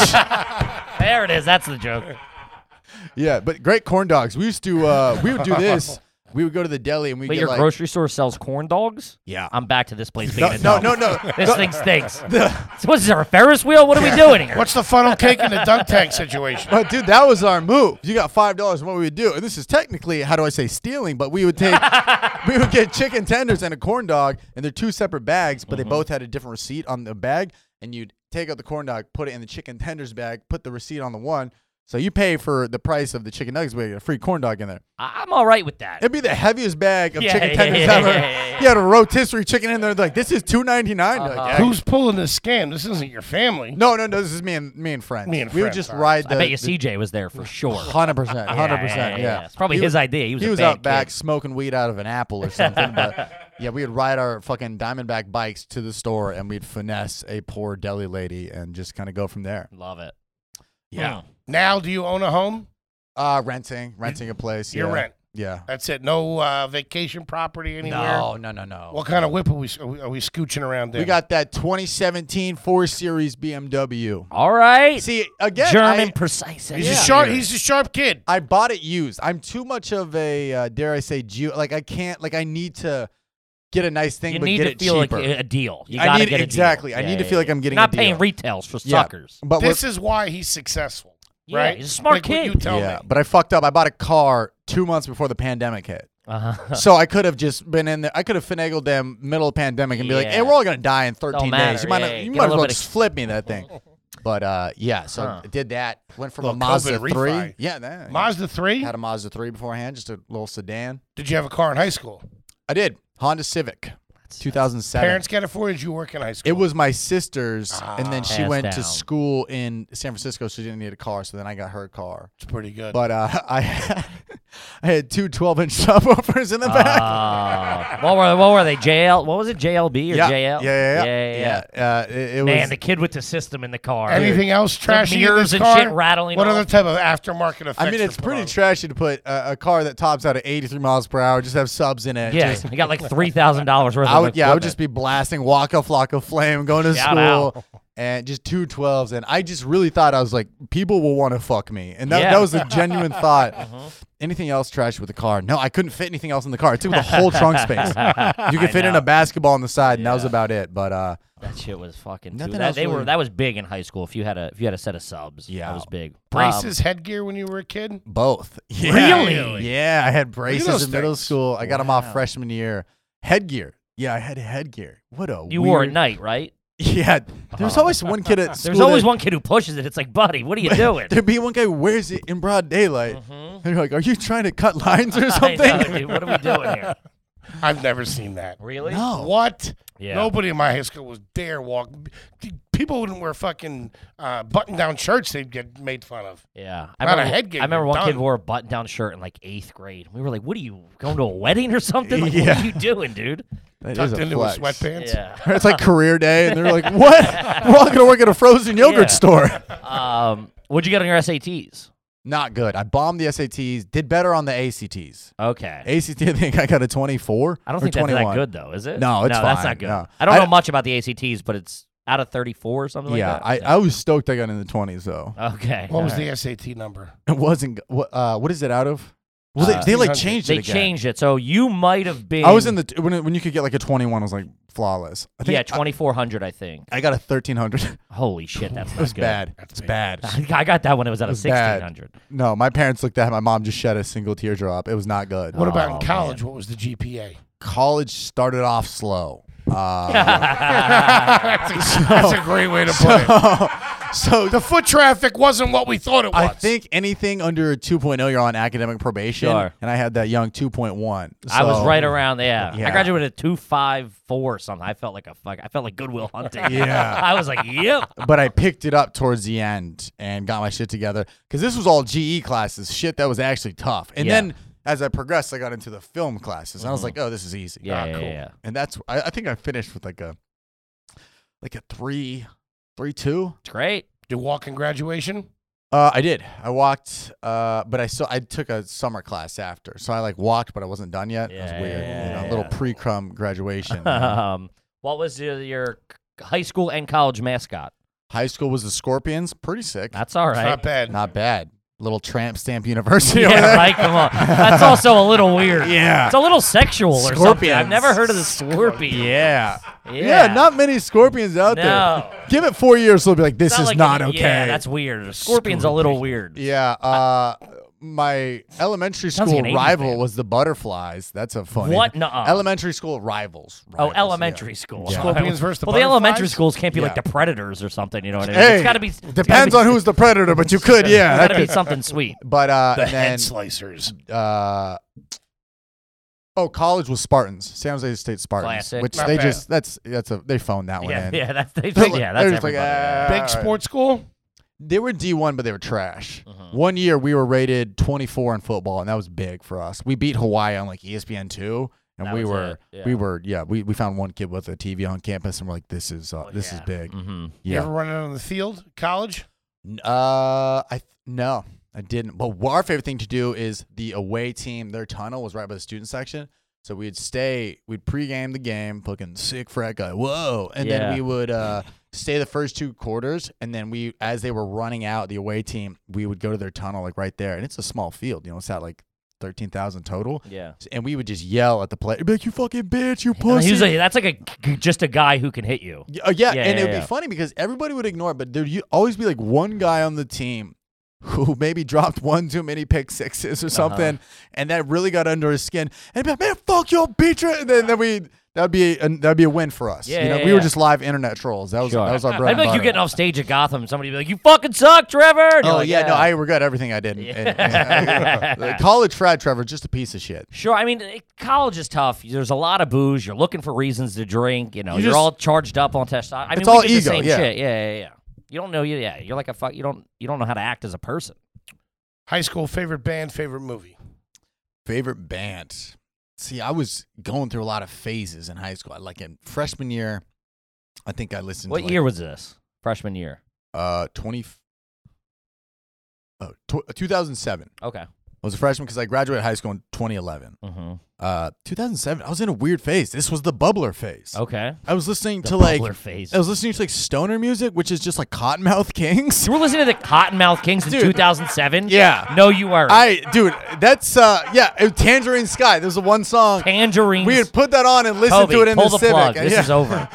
There it is. That's the joke. Yeah, but great corn dogs. We used to uh, we would do this we would go to the deli and we But get your like grocery store sells corn dogs? yeah. I'm back to this place being No, a no, dog. no, (laughs) no. This thing (laughs) stinks. so what is there, a Ferris wheel? What are we doing here? What's the funnel cake and the (laughs) dunk tank situation? But dude, that was our move. You got five dollars, and what we would do, and this is technically how do I say stealing? But (laughs) we would take, we would get chicken tenders and a corn dog, and they're two separate bags, but they both had a different receipt on the bag, and you'd take out the corn dog, put it in the chicken tenders bag, put the receipt on the one, so you pay for the price of the chicken nuggets, but you get a free corn dog in there. I- I'm all right with that. It'd be the heaviest bag of Yeah, chicken yeah, tenders yeah, ever. yeah, yeah, yeah. You had a rotisserie chicken in there, they're like this is two ninety nine. Uh-huh. Who's pulling this scam? This isn't your family. No, no, no. This is me and me and friends. Me and we would friends, just all ride. The, I bet you CJ was there for sure. Hundred percent, hundred yeah, percent. yeah, Yeah, It's probably He his was- idea. He was he a was bad out back kid. smoking weed out of an apple or (laughs) something. but yeah, we would ride our fucking Diamondback bikes to the store and we'd finesse a poor deli lady and just kind of go from there. Love it. Hmm. Yeah. Hmm. Now, do you own a home? Uh, renting, renting a place. Your yeah. rent. Yeah. That's it. No uh, vacation property anywhere. No, no, no, no. What kind of whip are we are we, are we scooching around there? we got that 2017 4 Series BMW. All right. See again, German I, precise. He's Yeah. a sharp. He's a sharp kid. I bought it used. I'm too much of a uh, dare I say Jew. Like I can't. Like I need to get a nice thing, You but need get to it feel cheaper. like a a deal. You I gotta need- get a deal. exactly. I need to feel like I'm getting not a paying deal. retails for Yeah. suckers. But we're- this is why he's successful, Yeah, right? he's a smart like kid. What you tell yeah, me. but I fucked up. I bought a car two months before the pandemic hit, Uh-huh. (laughs) so I could have just been in there. I could have finagled them middle of pandemic and be like, Yeah. "Hey, we're all gonna die in 13 matter, days. You might, yeah, not- you get a might as little well bit of- just flip me (laughs) that thing." But uh, yeah, so Huh. I did that. Went from a Little Mazda COVID three. refi. Yeah, that, Mazda three. had a Mazda three beforehand, just a little sedan. Did you have a car in high school? I did Honda Civic, 2007. Parents got it for you. Did you work in high school? It was my sister's, and then she Passed went to down. school in San Francisco, so she didn't need a car. So then I got her a car. It's pretty good. But uh, (laughs) I, I had two 12 inch (laughs) subwoofers in the back. Ah. what were what were they? JL? What was it? JLB or yeah. JL? Yeah, yeah, yeah. yeah, yeah. yeah. Uh, it, it was. Man, the kid with the system in the car. Anything else trashy in mirrors this and car? shit rattling What off. other type of aftermarket effects? I mean, you it's put pretty on? trashy to put a, a car that tops out at 83 miles per hour, just have subs in it. Yeah, (laughs) Just, he got like three thousand dollars worth I of would, yeah, I would just equipment. be blasting Waka Flocka Flame, going to Shout school, and just two 12s. And I just really thought, I was like, people will want to fuck me. And that, Yeah. Uh-huh. that was a (laughs) genuine thought. Anything else trash with the car? No, I couldn't fit anything else in the car. It took up the (laughs) whole trunk space. You could fit in a basketball on the side, and that was about it. But uh, that shit was fucking. Nothing Nothing that, else they really- were that was big in high school. If you had a if you had a set of subs, Yeah. that was big. Um, braces, headgear when you were a kid. Both. (laughs) Yeah. Really? Yeah, I had braces those in middle things. school. I got them off freshman year. Headgear. Yeah, I had headgear. What a you weird... wore at night, right? (laughs) Yeah. There's always one kid at (laughs) school. There's always that- one kid who pushes it. It's like, buddy, what are (laughs) you doing? There'd be one guy who wears it in broad daylight. And you're like, are you trying to cut lines or Mm-hmm. (laughs) I something? know, dude, what are we doing here? I've never seen that. (laughs) Really? No. What? Yeah. Nobody in my high school was dare walk. People wouldn't wear fucking uh, button-down shirts. They'd get made fun of. Yeah. I Not a remember, head gig, I remember you're one kid done. wore a button down shirt in like eighth grade. We were like, what are you going to a wedding or something? Like, What Yeah. are you doing, (laughs) dude? (laughs) That is Tucked a into flex. a sweatpants. Yeah. (laughs) It's like career day, and (laughs) they're like, what? We're all going to work at a frozen yogurt Yeah. store. (laughs) Um, what'd you get on your SATs? Not good. I bombed the SATs, did better on the ACTs. Okay. ACT, I think I got a 24. I don't or think that's 21. that good, though, is it? No, it's no, that's fine, not good. no. I don't I- know much about the ACTs, but it's out of 34 or something yeah, like I, that. Uh. I was stoked I got in the 20s though. I, okay. What was all right. the SAT number? It wasn't. g- What uh, what is it out of? Well, Uh, they, they like 1600. changed They it again. changed it. So you might have been. I was in the t- when it- when you could get like a 21 was like flawless. I think Yeah, 2400, I think. I, I got a 1300. (laughs) it Holy shit, that's not was good. bad. It's bad. (laughs) I got that when it was out of was bad. 1600. No, my parents looked at it. My mom just shed a single teardrop. It was not good. Uh, What about Oh, in college? What was the GPA? (laughs) College started off slow. (laughs) Uh, that's, (laughs) a, that's a great way to put it. (laughs) so The foot traffic wasn't what we thought it was. (laughs) I think anything under a 2.0, you're on academic probation. Sure. And I had that young 2.1. I was so- right around there. Yeah. I graduated at two five four or something. I felt like a fuck. I felt like Goodwill Hunting. (laughs) Yeah. I was like, (laughs) yep. but I picked it up towards the end and got my shit together because this was all GE classes, shit that was actually tough. And Yeah. Mm-hmm. then as I progressed, I got into the film classes. And I was like, oh, this is easy. Yeah, Ah, yeah, cool. yeah. And that's I, I think I finished with like a like a three, three two. It's great. you walk in graduation. Uh, I did. I walked, uh, but I still I took a summer class after, so I like walked, but I wasn't done yet. it was Yeah, weird, yeah, you know, yeah, a little yeah. pre-crumb graduation. (laughs) you know. Um, what was your, your c- high school and college mascot? High school was the Scorpions, pretty sick. That's all It's right. not bad. Not bad. little tramp stamp university. over (laughs) (laughs) Yeah, there. right. Come on. That's also a little weird. Yeah. It's a little sexual or something. I've Scorpions. never heard of the scorpion. Yeah. Yeah. (laughs) yeah. not many scorpions out No. there. Give it four years, they'll be like, this It's is like not a- okay. Yeah, that's weird. A scorpion's a little weird. Yeah, uh, my elementary Sounds like school an 80s rival band. was the butterflies. That's a funny. What? Nuh-uh. Elementary school rivals. Oh, rivals, yeah. elementary school. Yeah. Scorpions versus the (laughs) Well, the elementary butterflies? schools can't be like Yeah. the predators or something. You know what I mean? Hey, it's got to be. it's gotta Depends be- on who's the predator, but you (laughs) could, yeah. It's that got to be could- something sweet. But uh, The head and slicers. then uh, oh, college was Spartans, San Jose State Spartans, Classic. which Not they bad. just that's that's a they phoned that one Yeah, in. yeah, (laughs) that's they, They're Oh, like- yeah, that's they're just everybody. like, "Ah, Big all right." sports school. They were D one, but they were trash. One year we were rated twenty four in football, and that was big for us. We beat Hawaii on like E ESPN two, and That we was were it, yeah. we were yeah we, we found one kid with a TV on campus, and we're like, this is uh, this yeah. is big. mm-hmm. You Yeah. ever run out on the field? College? N- Uh, I th- no, I didn't. But wha- our favorite thing to do is the away team. Their tunnel was right by the student section, so we'd stay. We'd pregame the game, fucking sick frat guy, whoa, and Yeah. then we would uh stay the first two quarters, and then we, as they were running out, the away team, we would go to their tunnel like right there, and it's a small field. You know, it's at like thirteen thousand total, Yeah. and we would just yell at the player, be like, "You fucking bitch, you And pussy." he was like, that's like a g- just a guy who can hit you. Y- Uh, yeah, Yeah, and yeah, it would yeah. be funny because everybody would ignore, it, but there'd u- always be like one guy on the team who (laughs) maybe dropped one too many pick sixes Uh-huh. or something, and that really got under his skin. And he'd be like, man, fuck your bitch, right?" and then, then we that'd be a, that'd be a win for us. Yeah, you know, yeah, we were yeah. just live internet trolls. That was Sure. that was our bread. I'd and be like you butter. getting off stage at Gotham, and somebody be like, "You fucking suck, Trevor." And you're Oh like, yeah, no, I regret everything I did. in- in- Yeah. (laughs) (laughs) in- uh, college frat, Trevor, just a piece of shit. Sure. I mean, it- college is tough. There's a lot of booze. You're looking for reasons to drink. You know, You you are just- all charged up on testosterone. I mean, It's we all did the ego, same yeah. shit. Yeah, yeah, yeah. You don't know. You, yeah, you're like a fuck. You don't. You don't know how to act as a person. High school favorite band, favorite movie. Favorite band? See, I was going through a lot of phases in high school. I- Like in freshman year, I think I listened. What to like, year was this? Freshman year. Uh, 20. f- Oh, tw- 2007. I Okay. was a freshman because I graduated high school in 2011. Mm-hmm. Uh, 2007. I was in a weird phase. This was the bubbler phase. Okay. I was listening Oh, The to like bubbler phase. I was listening to like stoner music, which is just like Cottonmouth (laughs) (laughs) Kings. You were listening to the Cottonmouth Kings in Dude. 2007. Yeah. No, you weren't. I dude, that's uh yeah, it- Tangerine Sky. There's a one song. Tangerines. We had put that on and listened Toby, to it in pull the, Civic. plug. and This yeah. is (laughs) over.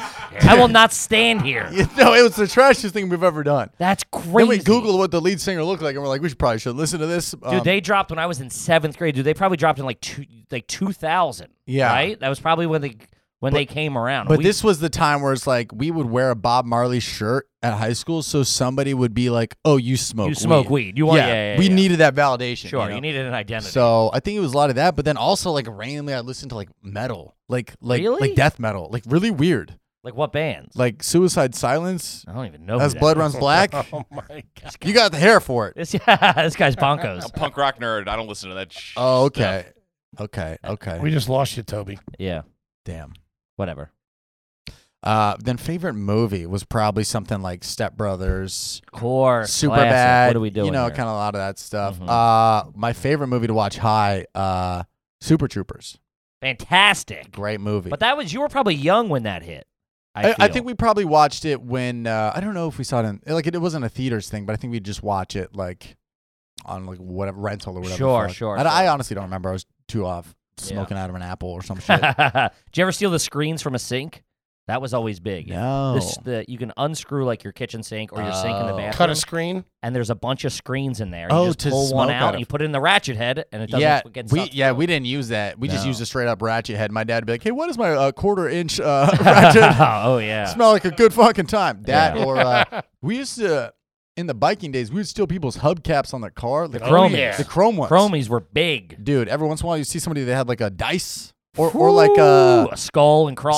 I will not stand here. no, it was the trashiest thing we've ever done. That's crazy. Then we Googled what the lead singer looked like, and we're like, we should probably should listen to this. um, Dude, they dropped when I was in seventh grade. Dude, they probably dropped in like two, like two thousand. Yeah. right. That was probably when they when they came around. But We- this was the time where it's like we would wear a Bob Marley shirt at high school, so somebody would be like, "Oh, you smoke, You smoke weed. You want- yeah, yeah, we yeah. needed that validation. sure, you, know? needed an identity. So I think it was a lot of that, but then also like randomly, I listened to like metal, like like Really? like death metal, like really weird, like what bands? like Suicide Silence, I don't even know. who as that Blood is. (laughs) Runs Black. (laughs) Oh my god. you got the hair for it. This, (laughs) yeah, this guy's (laughs) bonkos. Punk rock nerd. I don't listen to that. Sh- Oh, okay, okay, okay. We just lost you, Toby. yeah, Damn. whatever. Uh, then favorite movie was probably something like Step Brothers. Core. super classic. bad. What are we doing? You know, here? kind of a lot of that stuff. Mhm. Uh, my favorite movie to watch high, uh, Super Troopers. fantastic. Great movie. But that was you were probably young when that hit. I, I, I feel. (laughs) think we probably watched it when uh, I don't know if we saw it in like it, it wasn't a theaters thing, but I think we just watch it like on like whatever rental or whatever. the Sure, fuck. sure, I, I sure. honestly don't remember. I was too off Yeah. smoking out of an (laughs) apple or some shit. Did you ever steal the screens from a sink? That was always big. no. This, the, you can unscrew like your kitchen sink or your sink in the Oh. bathroom, Cut a screen. and there's a bunch of screens in there. You Oh, just to pull one smoke out, out of. you put it in the ratchet head, and it doesn't yeah, get we sucked yeah through. we didn't use that. We just No. used a straight up ratchet head. My dad would be like, "Hey, what is my uh, quarter inch (laughs) uh, (laughs) ratchet?" oh yeah. smell like a good fucking time. That Yeah. or (laughs) uh, we used to in the biking days, we would steal people's hubcaps on their car, the, chromies. yeah. the chrome ones. Chromies were big. Dude, every once in a while you see somebody that had like a dice or, or like a Ooh, a skull and skull.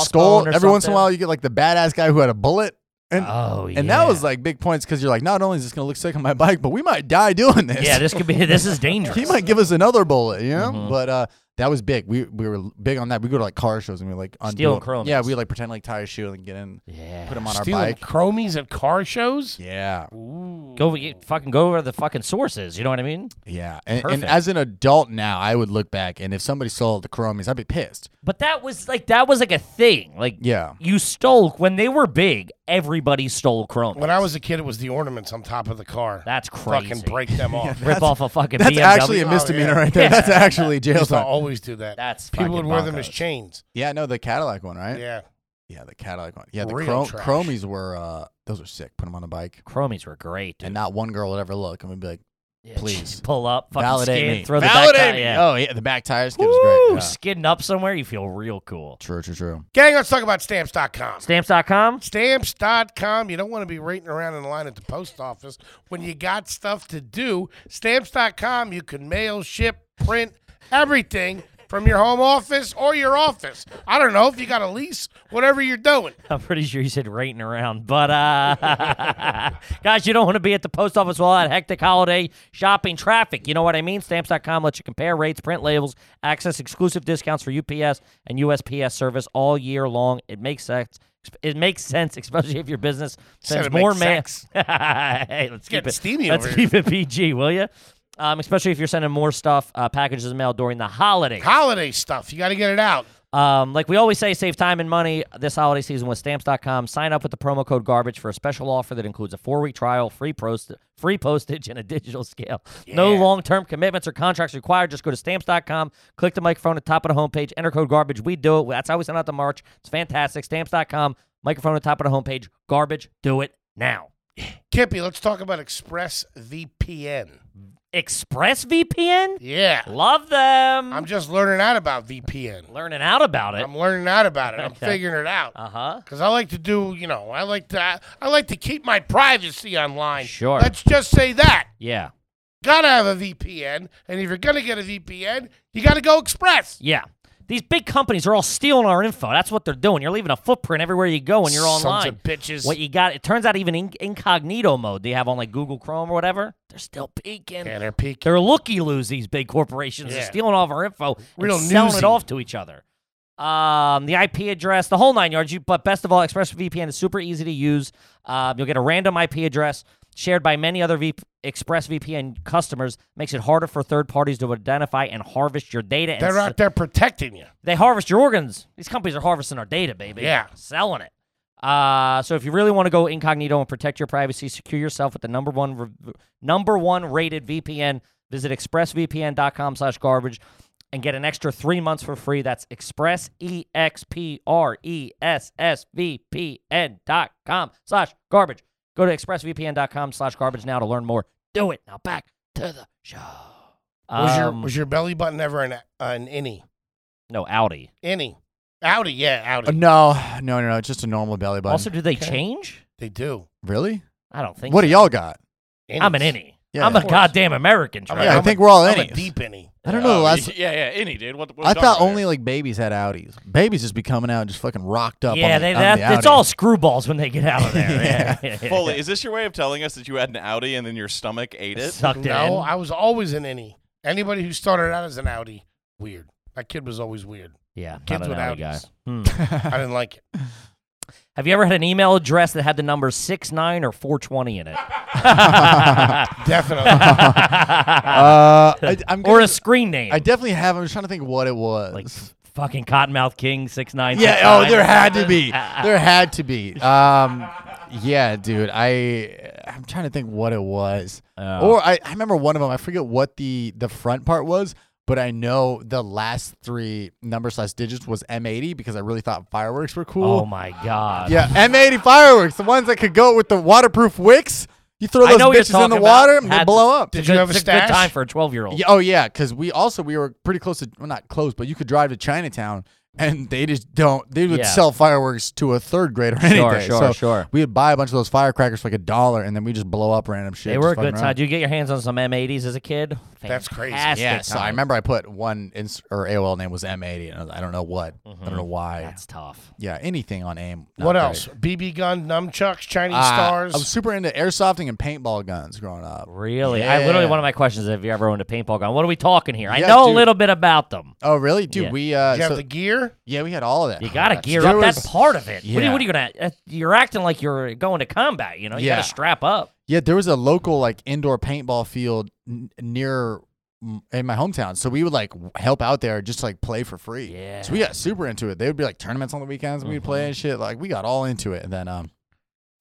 crossbone. Every once in a while you get like the badass guy who had a bullet. And Oh yeah. and that was like big points because you're like, not only is this gonna look sick on my bike, but we might die doing this. yeah. This could be. (laughs) This is dangerous. (laughs) he might give us another bullet, you know? Mhm. But uh that was big. We we were big on that. We go to like car shows and we like Stealing undoing- chromies. Yeah, we like pretend like tie a shoe and get in, yeah. put them on our Stealing bike. chromies at car shows? Yeah. Ooh. Go you fucking go where the fucking source is. You know what I mean? Yeah. And, Perfect. and as an adult now, I would look back and if somebody stole the Chromies, I'd be pissed. But that was like that was like a thing. Like Yeah. you stole when they were big. Everybody stole chrome. When I was a kid, it was the ornaments on top of the car. That's crazy. Fucking break (laughs) them off. Rip off a fucking. That's BMW. actually a Oh, misdemeanor yeah. right there. Yeah. That's actually They jail (laughs) used to time. always do that. That's People would fucking wear them as bonkers. chains. Yeah, no, the Cadillac one, right? Yeah. Yeah, the Cadillac one. Yeah, the Real Chro- trash. Chromies were uh, those were sick. Put them on a bike, Chromies were great, dude. and not one girl would ever look and we'd be like, Yeah, please. pull up, fucking Validate skid, me. throw the back "Validate tire- me." Yeah. Oh yeah, the back tire skid was Woo! great. Yeah. Skidding up somewhere, you feel real cool. True, true, true. Gang, let's talk about stamps.com. Stamps.com. Stamps.com. You don't want to be waiting around in line at the post office when you got stuff to do. Stamps.com, you can mail, ship, print, everything from your home office or your office. I don't know if you got a lease, whatever you're doing. (laughs) I'm pretty sure you said rating around, but uh, (laughs) guys, you don't want to be at the post office while that hectic holiday shopping traffic. You know what I mean? Stamps.com lets you compare rates, print labels, access exclusive discounts for UPS and USPS service all year long. It makes sense. It makes sense, (laughs) especially if your business Said sends it more makes mail. sense. (laughs) hey, let's keep getting it steamy Let's over here. keep it PG, will you? Um, especially if you're sending more stuff, uh, packages in mail during the holidays. Holiday stuff, you got to get it out. Um, like we always say, save time and money this holiday season with stamps.com. Sign up with the promo code garbage for a special offer that includes a four week trial, free post free postage, and a digital scale. No Yeah. long term commitments or contracts required. Just go to stamps.com, click the microphone at the top of the homepage, enter code garbage. We do it. That's how we send out the March. It's fantastic. Stamps.com, microphone at the top of the homepage, garbage. Do it now. Kippy, let's talk about ExpressVPN. ExpressVPN? Yeah. Love them. I'm just learning out about VPN. learning out about it. I'm learning out about it. I'm Okay. figuring it out. Uh huh. Because I like to do, you know, I like to, I, I like to keep my privacy online. Sure. Let's just say that. Yeah. Gotta have a VPN, and if you're gonna get a VPN, you gotta go express. Yeah. These big companies are all stealing our info. That's what they're doing. You're leaving a footprint everywhere you go when you're Sons online. of bitches. What you got? It turns out even in, incognito mode they have on like Google Chrome or whatever. They're still peeking. Yeah, they're peeking. They're looky loos. These big corporations are Yeah. stealing all of our info, Real and selling it newsy. off to each other. Um, the IP address, the whole nine yards. You, but best of all, ExpressVPN is super easy to use. Uh, you'll get a random IP address shared by many other v- ExpressVPN customers. Makes it harder for third parties to identify and harvest your data. And They're s- out there protecting you. they harvest your organs. These companies are harvesting our data, baby. Yeah. Selling it. Uh, so if you really want to go incognito and protect your privacy, secure yourself with the number one re- number one rated VPN. Visit expressvpn.com slash garbage and get an extra three months for free. That's express, E-X-P-R-E-S-S-V-P-N dot com slash garbage. Go to expressvpn.com slash garbage now to learn more. Do it. Now back to the show. Was Um, your was your belly button ever an an innie? no, Audi. Innie. Audi, yeah, Audi. Uh, no, no, no, no. Just a normal belly button. Also, do they Okay. change? they do. really? I don't think What so. do y'all got? I'm an Innies. innie. Yeah, I'm a of course. goddamn American. I'm Trey. a- Yeah, I I'm think a- we're all I'm a innies. deep innie. I don't know. The Uh, last Yeah, yeah, any dude. What, what are I we talking thought about only here? like babies had Audis. Babies just be coming out and just fucking rocked up. yeah, on the, they, on that, the it's Audi. all screwballs when they get out of there. (laughs) yeah. yeah. (laughs) Foley, is this your way of telling us that you had an Audi and then your stomach ate it? Sucked it No, in. I was always an innie. Anybody who started out as an Audi, weird. That kid was always weird. Yeah, not Kids an with Audi guy. Audis. Hmm. I didn't like it. Have you ever had an email address that had the number six nine or 420 (laughs) in it? (laughs) Definitely. Uh, (laughs) I, I'm or a gonna- screen name. I definitely have. I'm just trying to think what it was. like fucking Cottonmouth King 69. (laughs) Yeah. Oh, there had (laughs) to be. There had to be. Um, yeah, dude. I I'm trying to think what it was. Or I, I remember one of them. I forget what the the front part was, but I know the last three number slash digits was M80 because I really thought fireworks were cool. Oh, my God. Yeah, M80 fireworks, the ones that could go with the waterproof wicks. You throw I those know what you're bitches in talking the about. water, and they Had- blow up. Did It's you good- have a it's a good stash? time for a 12 year old. Yeah, oh yeah, because we also we were pretty close to well not close, but you could drive to Chinatown and they just don't they would Yeah. sell fireworks to a third grader any Sure, day. sure, so sure. We would buy a bunch of those firecrackers for like a dollar and then we just blow up random shit. They just were a fucking good around. time. Did you get your hands on some M80s as a kid? That's crazy. Fantastic Yeah, so I time. remember I put one ins- or AOL name was M80 and I was- I don't know what. I don't know why. Mm-hmm. That's tough. yeah, anything on AIM. not what great. else? BB gun, nunchucks, Chinese Uh, stars. I was super into airsofting and paintball guns growing up. Really? I literally Yeah. one of my questions is have you ever owned a paintball gun? What are we talking here? I Yeah, know a dude. little bit about them. Oh really, dude? Yeah. We uh, Did you have so- the gear? gear? Yeah, we had all of that. You gotta crap. gear There up. That's was- part of it. What, are you, Yeah. what are you gonna? uh, You're acting like you're going to combat. You know, you Yeah. gotta strap up. Yeah, there was a local like indoor paintball field n- near m- in my hometown, so we would like w- help out there just to, like play for free. Yeah. Mm-hmm. So we got super into it. They would be like tournaments on the weekends, and we'd play and shit. Like we got all into it, and then um,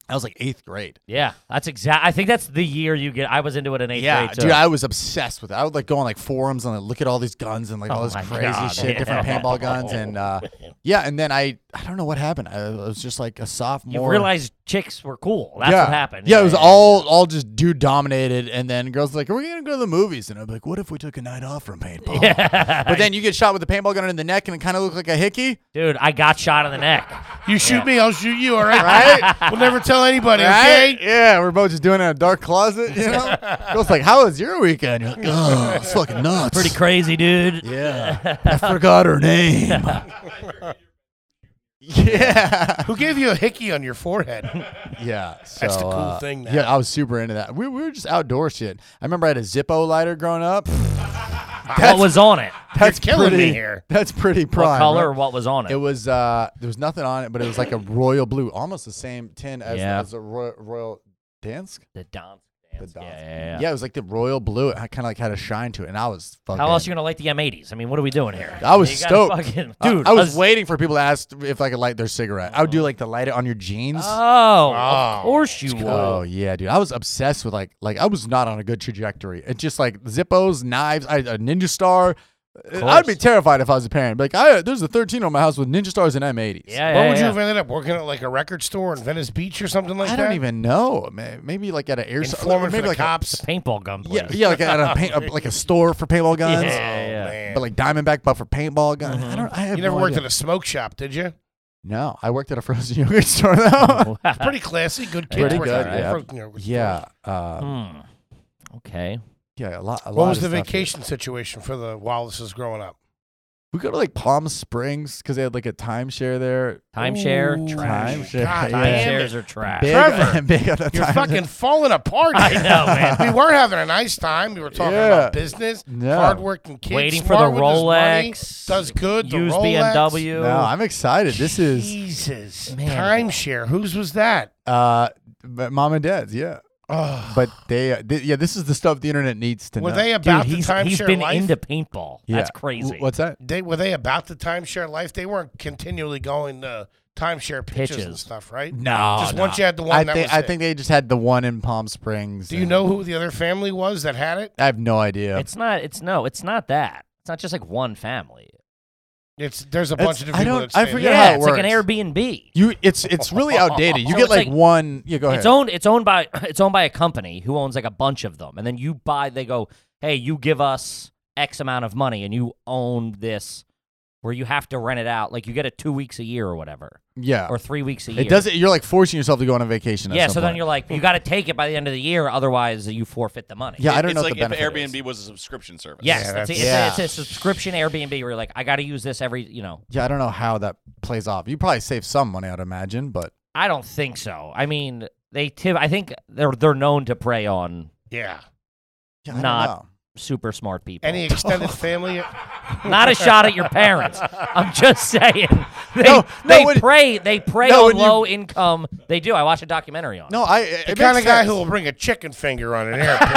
I was like eighth grade. Yeah, that's exact. I think that's the year you get. I was into it in eighth Yeah, grade. dude, too. I was obsessed with it. I would like go on like forums and like, look at all these guns and like Oh all this my crazy God, shit, different yeah. paintball guns, (laughs) and uh, yeah, and then I I don't know what happened. I, I was just like a sophomore. you realized chicks were cool. That's yeah. what happened. Yeah, it was all all just dude dominated, and then girls were like, "We're gonna go to the movies," and I'm like, "What if we took a night off (laughs) from paintball?" But then you get shot with a paintball gun in the neck, and it kind of looked like a hickey, dude, I got shot in the neck. You shoot me, I'll shoot you. All right. (laughs) right? We'll never tell anybody. right? Okay. Yeah, we're both just doing it in a dark closet, (laughs) you know. Girls like, "How was your weekend?" You're like, "Oh, it's fucking nuts." Pretty crazy, (laughs) dude. (laughs) Yeah, I forgot her name. (laughs) yeah, Who gave you a hickey on your (laughs) forehead? yeah. So, That's the cool uh, thing now. Yeah, I was super into that. We, we were just outdoor shit. I remember I had a Zippo lighter growing up. (laughs) What was on it? That's killing me pretty, here. That's pretty prime. what color? right? or What was on it? It was uh, there was nothing on it, but it was like a royal blue, almost the same tint as, Yeah. as a royal, royal Dansk. the Don's. The Dance. Dansk. Yeah, yeah, yeah. yeah, it was like the royal blue. It kind of like had a shine to it, and I was fucking. How else you gonna light the M80s? I mean, what are we doing here? I was You gotta stoked. fucking- I- dude. Uh-huh. I, was us- waiting for people to ask if I could light their cigarette. I would do like the light it on your jeans. Oh, Oh. of course you would. Oh yeah, dude! I was obsessed with like like I was not on a good trajectory. It just like Zippos, knives, I, a ninja star. Uh, I'd be terrified if I was a parent. Like I, there's a 13 on my house with ninja stars and M80s. Yeah, What yeah, would you yeah. have ended up working at like a record store in Venice Beach or something like I that? don't even know. May- Maybe like at an air Informant maybe for the like a- cops. paintball gun? yeah, please. yeah, like at a, paint, a like a store (laughs) for paintball guns. Yeah, Oh, yeah. man. But like Diamondback, but for paintball guns. I don't. I have Mm-hmm. you never no worked idea. at a smoke shop, did you? No, I worked at a frozen (laughs) yogurt (laughs) store though. (laughs) Pretty classy, good kids. Uh, Pretty working good, at yeah. Frozen yogurt stores. yeah, uh, (laughs) Hmm. Okay. yeah, a lot. A What lot was of the stuff here. vacation situation for the Wallaces growing up? We go to like Palm Springs because they had like a timeshare there. Timeshare. Ooh, trash. Timeshare. God yeah. damn it. Timeshares are trash. Big, Trevor, (laughs) big on the You're timeshare. fucking falling apart. I know, man. we were having a nice time. We were talking Yeah. about business, No. hardworking kids, Waiting for smart the with his money, Rolex, does good. The Use Rolex. BMW. No, I'm excited. This is Jesus Man. timeshare. Whose was that? uh, but mom and dad's. Yeah, Oh, but they, th- yeah, this is the stuff the internet needs to were know. they Dude, about he's, the timeshare he's been life? into paintball. Yeah. That's crazy. W- What's that? they were they about the timeshare life? They weren't continually going to timeshare pitches, and Pitches. stuff, right? No, just no. once you had the one. I that think was I it. think they just had the one in Palm Springs. Do you and- know who the other family was that had it? I have no idea. It's not. It's no. It's not that. It's not just like one family. It's there's a It's- bunch of different I people don't- that I stayed forget there. how it it's like an works. Airbnb. you it's it's really (laughs) outdated. You So get it's like, like- one. Yeah, go ahead. It's owned. It's owned by. (clears throat) It's owned by a company who owns like a bunch of them, and then you buy. They go, hey, you give us X amount of money, and you own this, where you have to rent it out. Like you get it two weeks a year or whatever, yeah, or three weeks a year. Uh, it doesn't. You're like forcing yourself to go on a vacation. at Yeah. some So then point. you're like, you got to take it by the end of the year, otherwise you forfeit the money. Yeah, (laughs) I don't it's know like what the if benefit is. Airbnb was a subscription service. Yes, Yeah, that's, that's- it's, Yeah. A, it's a subscription Airbnb where you're like, I got to use this every, you know. Yeah, I don't know how that plays off. You probably save some money, I'd imagine, but I don't think so. I mean, they tip. I think they're they're known to prey on Yeah. yeah, I don't Not- know. super smart people. Any (laughs) extended family? Not a shot at your parents. I'm just saying. They, No, no, they when- prey. They prey no, on when you- low income. They do. I watched a documentary on. it. No, I it, The it kind of makes guy sense. who will bring a chicken finger on an airplane (laughs)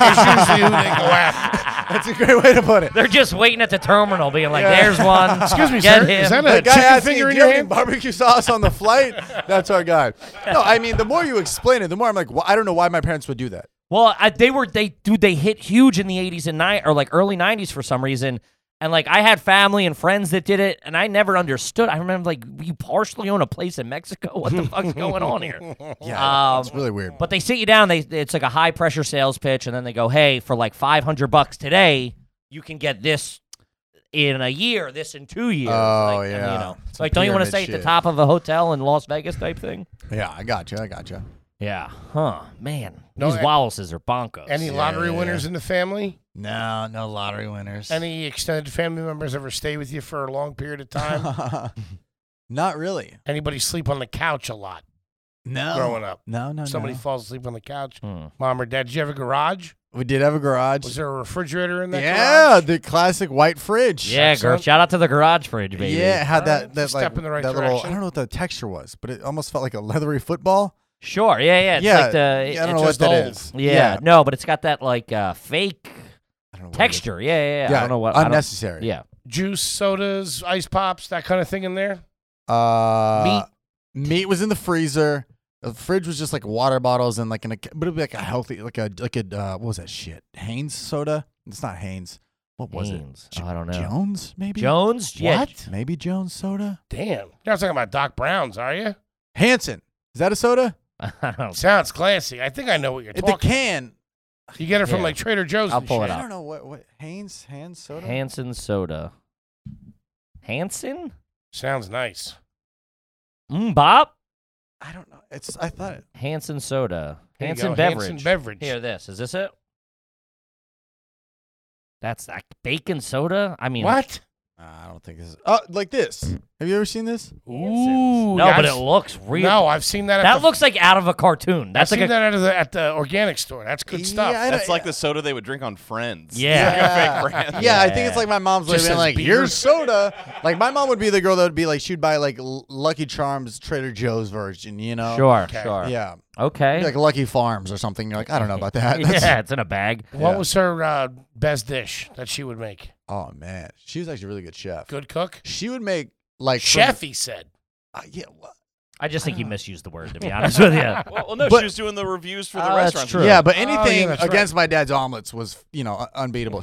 is usually who they go after. (laughs) That's a great way to put (laughs) it. they're just waiting at the terminal, being like, "There's (laughs) one. Excuse me, Get sir. him." Is that The a guy chicken asked me, finger "Do in you your have hand? any barbecue sauce on (laughs) the flight? That's our guy. No, I mean, the more you explain it, the more I'm like, well, I don't know why my parents would do that. Well, I, they were they dude they hit huge in the 80s and 9 or like early 90s for some reason. And like I had family and friends that did it and I never understood. I remember like you partially own a place in Mexico. What the fuck's going on here? Yeah, it's Um, really weird. But they sit you down, they it's like a high pressure sales pitch and then they go, "Hey, for like 500 bucks today, you can get this in a year, this in 2 years." Oh, like, and, yeah. you know. It's a Like don't you want to pyramid stay at the shit. top of a hotel in Las Vegas type thing? yeah, I got you. I got you. Yeah. Huh, man. No, These I- Wallaces are bonkos. Any lottery yeah, winners in the family? No, no lottery winners. (laughs) Any extended family members ever stay with you for a long period of (laughs) time? Not really. Anybody sleep on the couch a lot No. growing up? No, no, Somebody Oh, no. falls asleep on the couch. Hmm. Mom or dad, did you have a garage? We did have a garage. Was there a refrigerator in that? yeah, garage? the classic white fridge. Yeah, girl. Excellent. Shout out to the garage fridge, baby. Yeah, it had Alright, that it's that a like step in the right that little. I direction. don't know what the texture was, but it almost felt like a leathery football. Sure. Yeah, yeah. It's yeah, like the. it- yeah, I it's don't know what just that old. is. Yeah, No, but it's got that like uh, fake I don't know what it is. texture. Yeah, yeah, yeah. Yeah, I don't know what. I don't- unnecessary. yeah. Juice, sodas, ice pops, that kind of thing in there. Uh, meat. was in the freezer. The fridge was just like water bottles and like an, but it'd be like a healthy, like a like a uh, what was that shit? Haynes soda. It's not Haynes. What was Haynes. it? Jo- Oh, I don't know. Jones maybe. Jones. Yeah. What? Maybe Jones soda. Damn, you're not talking about Doc Brown's, are you? Hanson. Is that a soda? (laughs) I Oh. don't- Sounds classy. I think I know what you're It's talking. a can. you get it from Yeah. like Trader Joe's. I'll and pull it shit. up. I don't know what what Haynes Haynes soda. Hanson soda. Hanson. Sounds nice. Mm, Bob. I don't know. It's I thought Hanson soda. Here you Hanson go, beverage. Hanson beverage. Here, this is this it? That's like bacon soda. I mean, What? uh, I don't think this is. Oh, like this. Have you ever seen this? Ooh, no, but I've- it looks real. No, I've seen that. At that the, looks like out of a cartoon. I've That's seen like a that at the, at the organic store. That's good stuff. Yeah, I That's don't- like the soda they would drink on Friends. (laughs) (laughs) Yeah. (laughs) Like a fake Yeah. brand. Yeah, I think it's Yeah. like my mom's would have Just been says like, beer. your soda. Like, my mom would be the girl that would be like, she'd buy like L- Lucky Charms Trader Joe's version, you know? sure, Okay. sure. Yeah. Okay. Like Lucky Farms or something. You're like, I don't know about (laughs) that. yeah, it's in a bag. What Yeah. was her uh, best dish that she would make? Oh, man. She was actually a really good chef. Good cook? She would make like. from- Chef, he said. Uh, yeah. wha- I (laughs) just think he misused the word, to be honest with you. Well, well, no, But- Ah, she was doing the reviews for the Oh, that's restaurant. true. Yeah, but Oh, yeah, anything that's right. against my dad's omelets was, you know, un- unbeatable.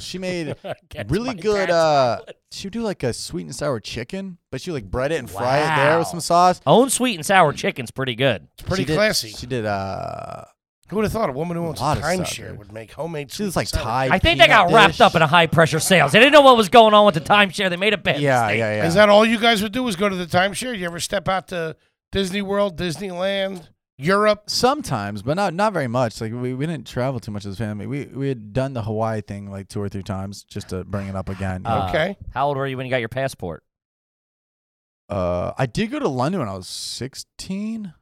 (laughs) She made Against really my good. dad's uh omelet. She would do like a sweet and sour chicken, but she would like bread it and fry it there with Wow. some sauce. Own sweet and sour chicken's pretty good. It's pretty She did- classy. She did. uh Who would have thought a woman who owns a lot of stuff, timeshare dude. would make homemade She soup? was like Thai. I think they got peanut wrapped dish. up in a high pressure sales. They didn't know what was going on with the timeshare. They made a bad Yeah, yeah, mistake. yeah. Is that all you guys would do? Is go to the timeshare? You ever step out to Disney World, Disneyland, Europe? Sometimes, but not not very much. Like we, we didn't travel too much as a family. We we had done the Hawaii thing like two or three times just to bring it up again. Uh, Okay. How old were you when you got your passport? uh, I did go to London when I was sixteen.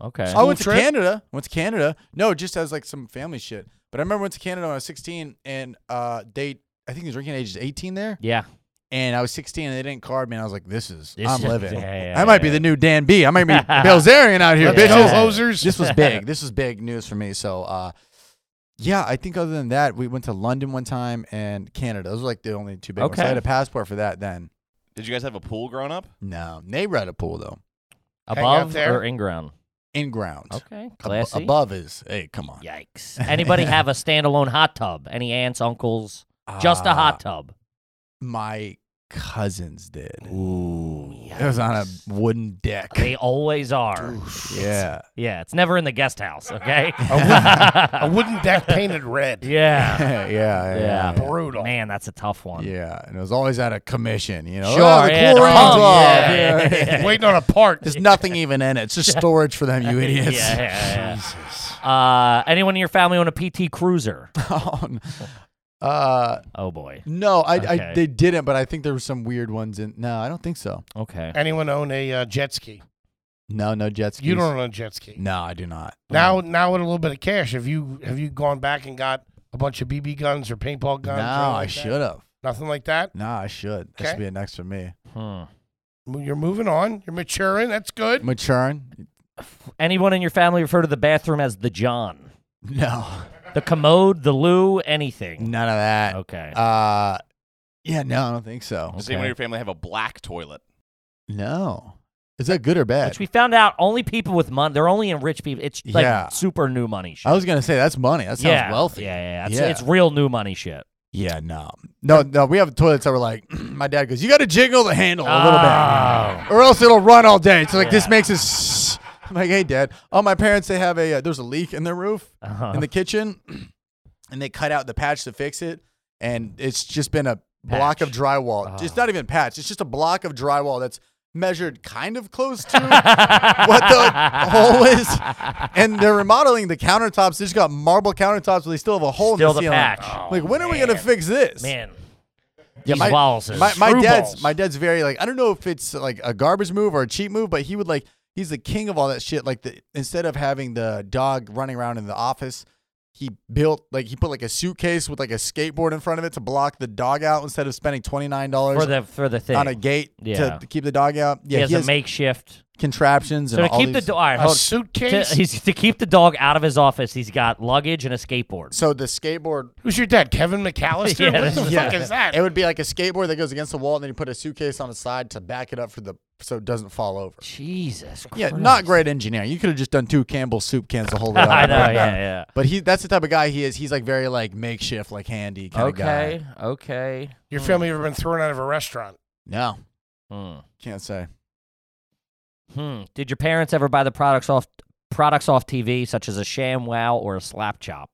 Okay. I went to trip? Canada. Went to Canada. No, just as like some family shit. But I remember I went to Canada when I was sixteen, and uh, they I think the drinking age is eighteen there, yeah. and I was sixteen, and they didn't card me. And I was like, this is This I'm is- living. yeah, yeah, I might be yeah. the new Dan B. I (laughs) might be Belzerian out here, Let's Yeah. bitches. go, hosers. (laughs) this was big. This was big news for me. So, uh, yeah, I think other than that, we went to London one time and Canada. Those were like the only two big ones. So I Okay. had a passport for that then. Did you guys have a pool growing up? No, they were at a pool though. Hang out Above there. or in ground? In ground. Okay. Ab- Classy. above is hey, come on. Yikes. (laughs) Anybody have a standalone hot tub? Any aunts, uncles? Just a hot Uh, tub. My cousins did. Ooh. It was on a wooden deck. (laughs) They always are. yeah. Yeah, it's never in the guest house, okay? (laughs) A wooden deck painted red. yeah. (laughs) yeah. Yeah. Yeah. Yeah. Brutal. Man, that's a tough one. Yeah, and it was always out of commission, you know. Sure, "Oh, the yeah, cool they're rain's pumped, off." (laughs) yeah. Yeah, yeah, yeah. Waiting on a part. (laughs) There's nothing even in it. It's just storage for them, you idiots. (laughs) Yeah, yeah, yeah. Uh, anyone in your family own a PT Cruiser? Oh, n- uh, Oh boy. no, I, Okay. I they didn't, but I think there were some weird ones in. No, I don't think so. Okay. Anyone own a uh, jet ski? No, no jet skis. You don't own a jet ski. No, I do not. Now, Um, now with a little bit of cash, have you have you gone back and got a bunch of BB guns or paintball No, guns? or anything I like that? should have. Nothing like that. No, I should. That should Okay. be an extra me. Hmm. Mo- You're moving on. You're maturing. That's good. Maturing? (laughs) Anyone in your family refer to the bathroom as the John? No, The commode, the loo, anything? none of that. Okay. Uh, yeah, no, I don't think so. Does Okay. anyone in your family have a black toilet? No, is that good or bad? Which we found out only people with money. They're only in rich people. It's like Yeah. super new money shit. I was gonna say that's money. That sounds yeah. wealthy. Yeah, yeah, yeah. It's, Yeah. it's real new money shit. Yeah, no, no, no. We have toilets that were like, (clears throat) my dad goes, you got to jiggle the handle a little Oh. bit, or else it'll run all day. So like, this Yeah. makes us. I'm like, hey, dad. Oh, my parents they have a uh, there's a leak in their roof Uh-huh. in the kitchen, (clears throat) and they cut out the patch to fix it, and it's just been a block of Patch. drywall. Oh. It's not even patch. It's just a block of drywall that's measured kind of (laughs) close to. What the hole is, and they're remodeling the countertops. They just got marble countertops, but they still have a hole Still in the, the ceiling. patch. Oh, Like, when are we gonna fix this? Man. Yeah, These my- walls are my, my Screw dad's balls. my dad's very like I don't know if it's like a garbage move or a cheap move, but he would like he's the king of all that shit. Like the instead of having the dog running around in the office, he built like he put like a suitcase with like a skateboard in front of it to block the dog out instead of spending twenty nine dollars for the for the thing. on a gate Yeah. to, to keep the dog out. Yeah, he has, he has a makeshift. contraptions So and to all keep the these- Oh, do- all right, A hold, to, suitcase? he's, to keep the dog out of his office, he's got luggage and a skateboard. so the skateboard Who's your dad? Kevin McAllister? (laughs) Yeah, what the yeah. fuck is that? it would be like a skateboard that goes against the wall and then you put a suitcase on the side to back it up for the so it doesn't fall over. Jesus. Yeah, Christ. not great engineering. You could have just done two Campbell soup cans to hold it (laughs) up. I know. (laughs) Yeah, yeah. But he that's the type of guy he is. He's like very like makeshift, like handy kind of guy. Okay. Okay. Your family ever been thrown out of a restaurant? No. Hmm. Can't say. Hmm. Did your parents ever buy the products off products off TV, such as a sham wow or a slap (sighs) chop?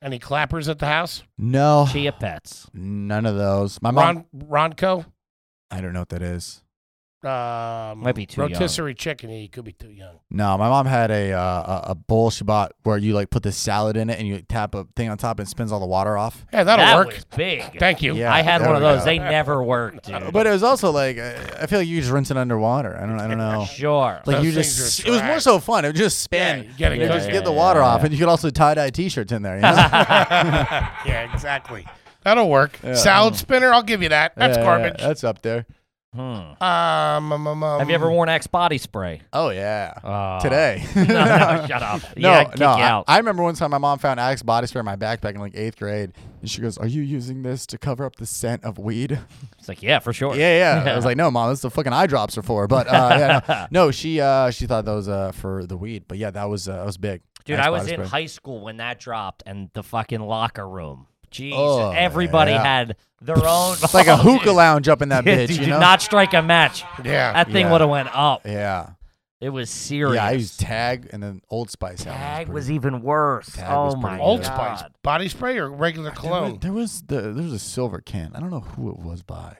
Any clappers at the house? No. Chia pets. None of those. My mom Ron, Ronco? I don't know what that is. Um, Might be too young. rotisserie chicken. He could be too young. No, my mom had a uh, a, a bowl she bought where you like put the salad in it and you tap a thing on top and it spins all the water off. Yeah, that'll That work. was big. Thank you. Yeah, I had there one of we those. go. They never worked, dude. Uh, But it was also like I I feel like you just rinse it underwater. I don't I (laughs) don't know. sure. Oh. Like you Those things just are it was more trash. so fun. It would just spin. Yeah, you gotta and you go just there. get the water off and you could also tie dye t shirts (laughs) in there, you know? yeah, exactly. That'll work. Salad spinner, I'll give you that. That's Yeah, yeah, garbage. that's up there. Hmm. Um, um, um, Have you ever worn Axe body spray? Oh yeah. Uh, (laughs) (laughs) Today. no, (laughs) no, shut up. No, yeah, I'd kick no. you I- out. I, remember one time my mom found Axe body spray in my backpack in like eighth grade, and she goes, "Are you using this to cover up the scent of weed?" (laughs) it's like, yeah, for sure. yeah, (laughs) yeah. I was like, "No, mom, that's the fucking eye drops are for." But uh, yeah, no. no, she uh, she thought that was uh, for the weed. But yeah, that was uh, that was big. Dude, Axe I was body in spray. high school when that dropped and the fucking locker room. Jeez. Oh, everybody yeah. had their (laughs) own. It's like a hookah lounge up in (laughs) that bitch, Dude, you did know? not strike a match. Yeah. That thing Yeah. would have went up. yeah, It was serious. yeah. I used tag and then Old Spice. that one Tag was pretty- even worse. Tag oh was my pretty Old good. Spice God. body spray or regular There cologne? was, there was the there was a silver can. I don't know who it was by.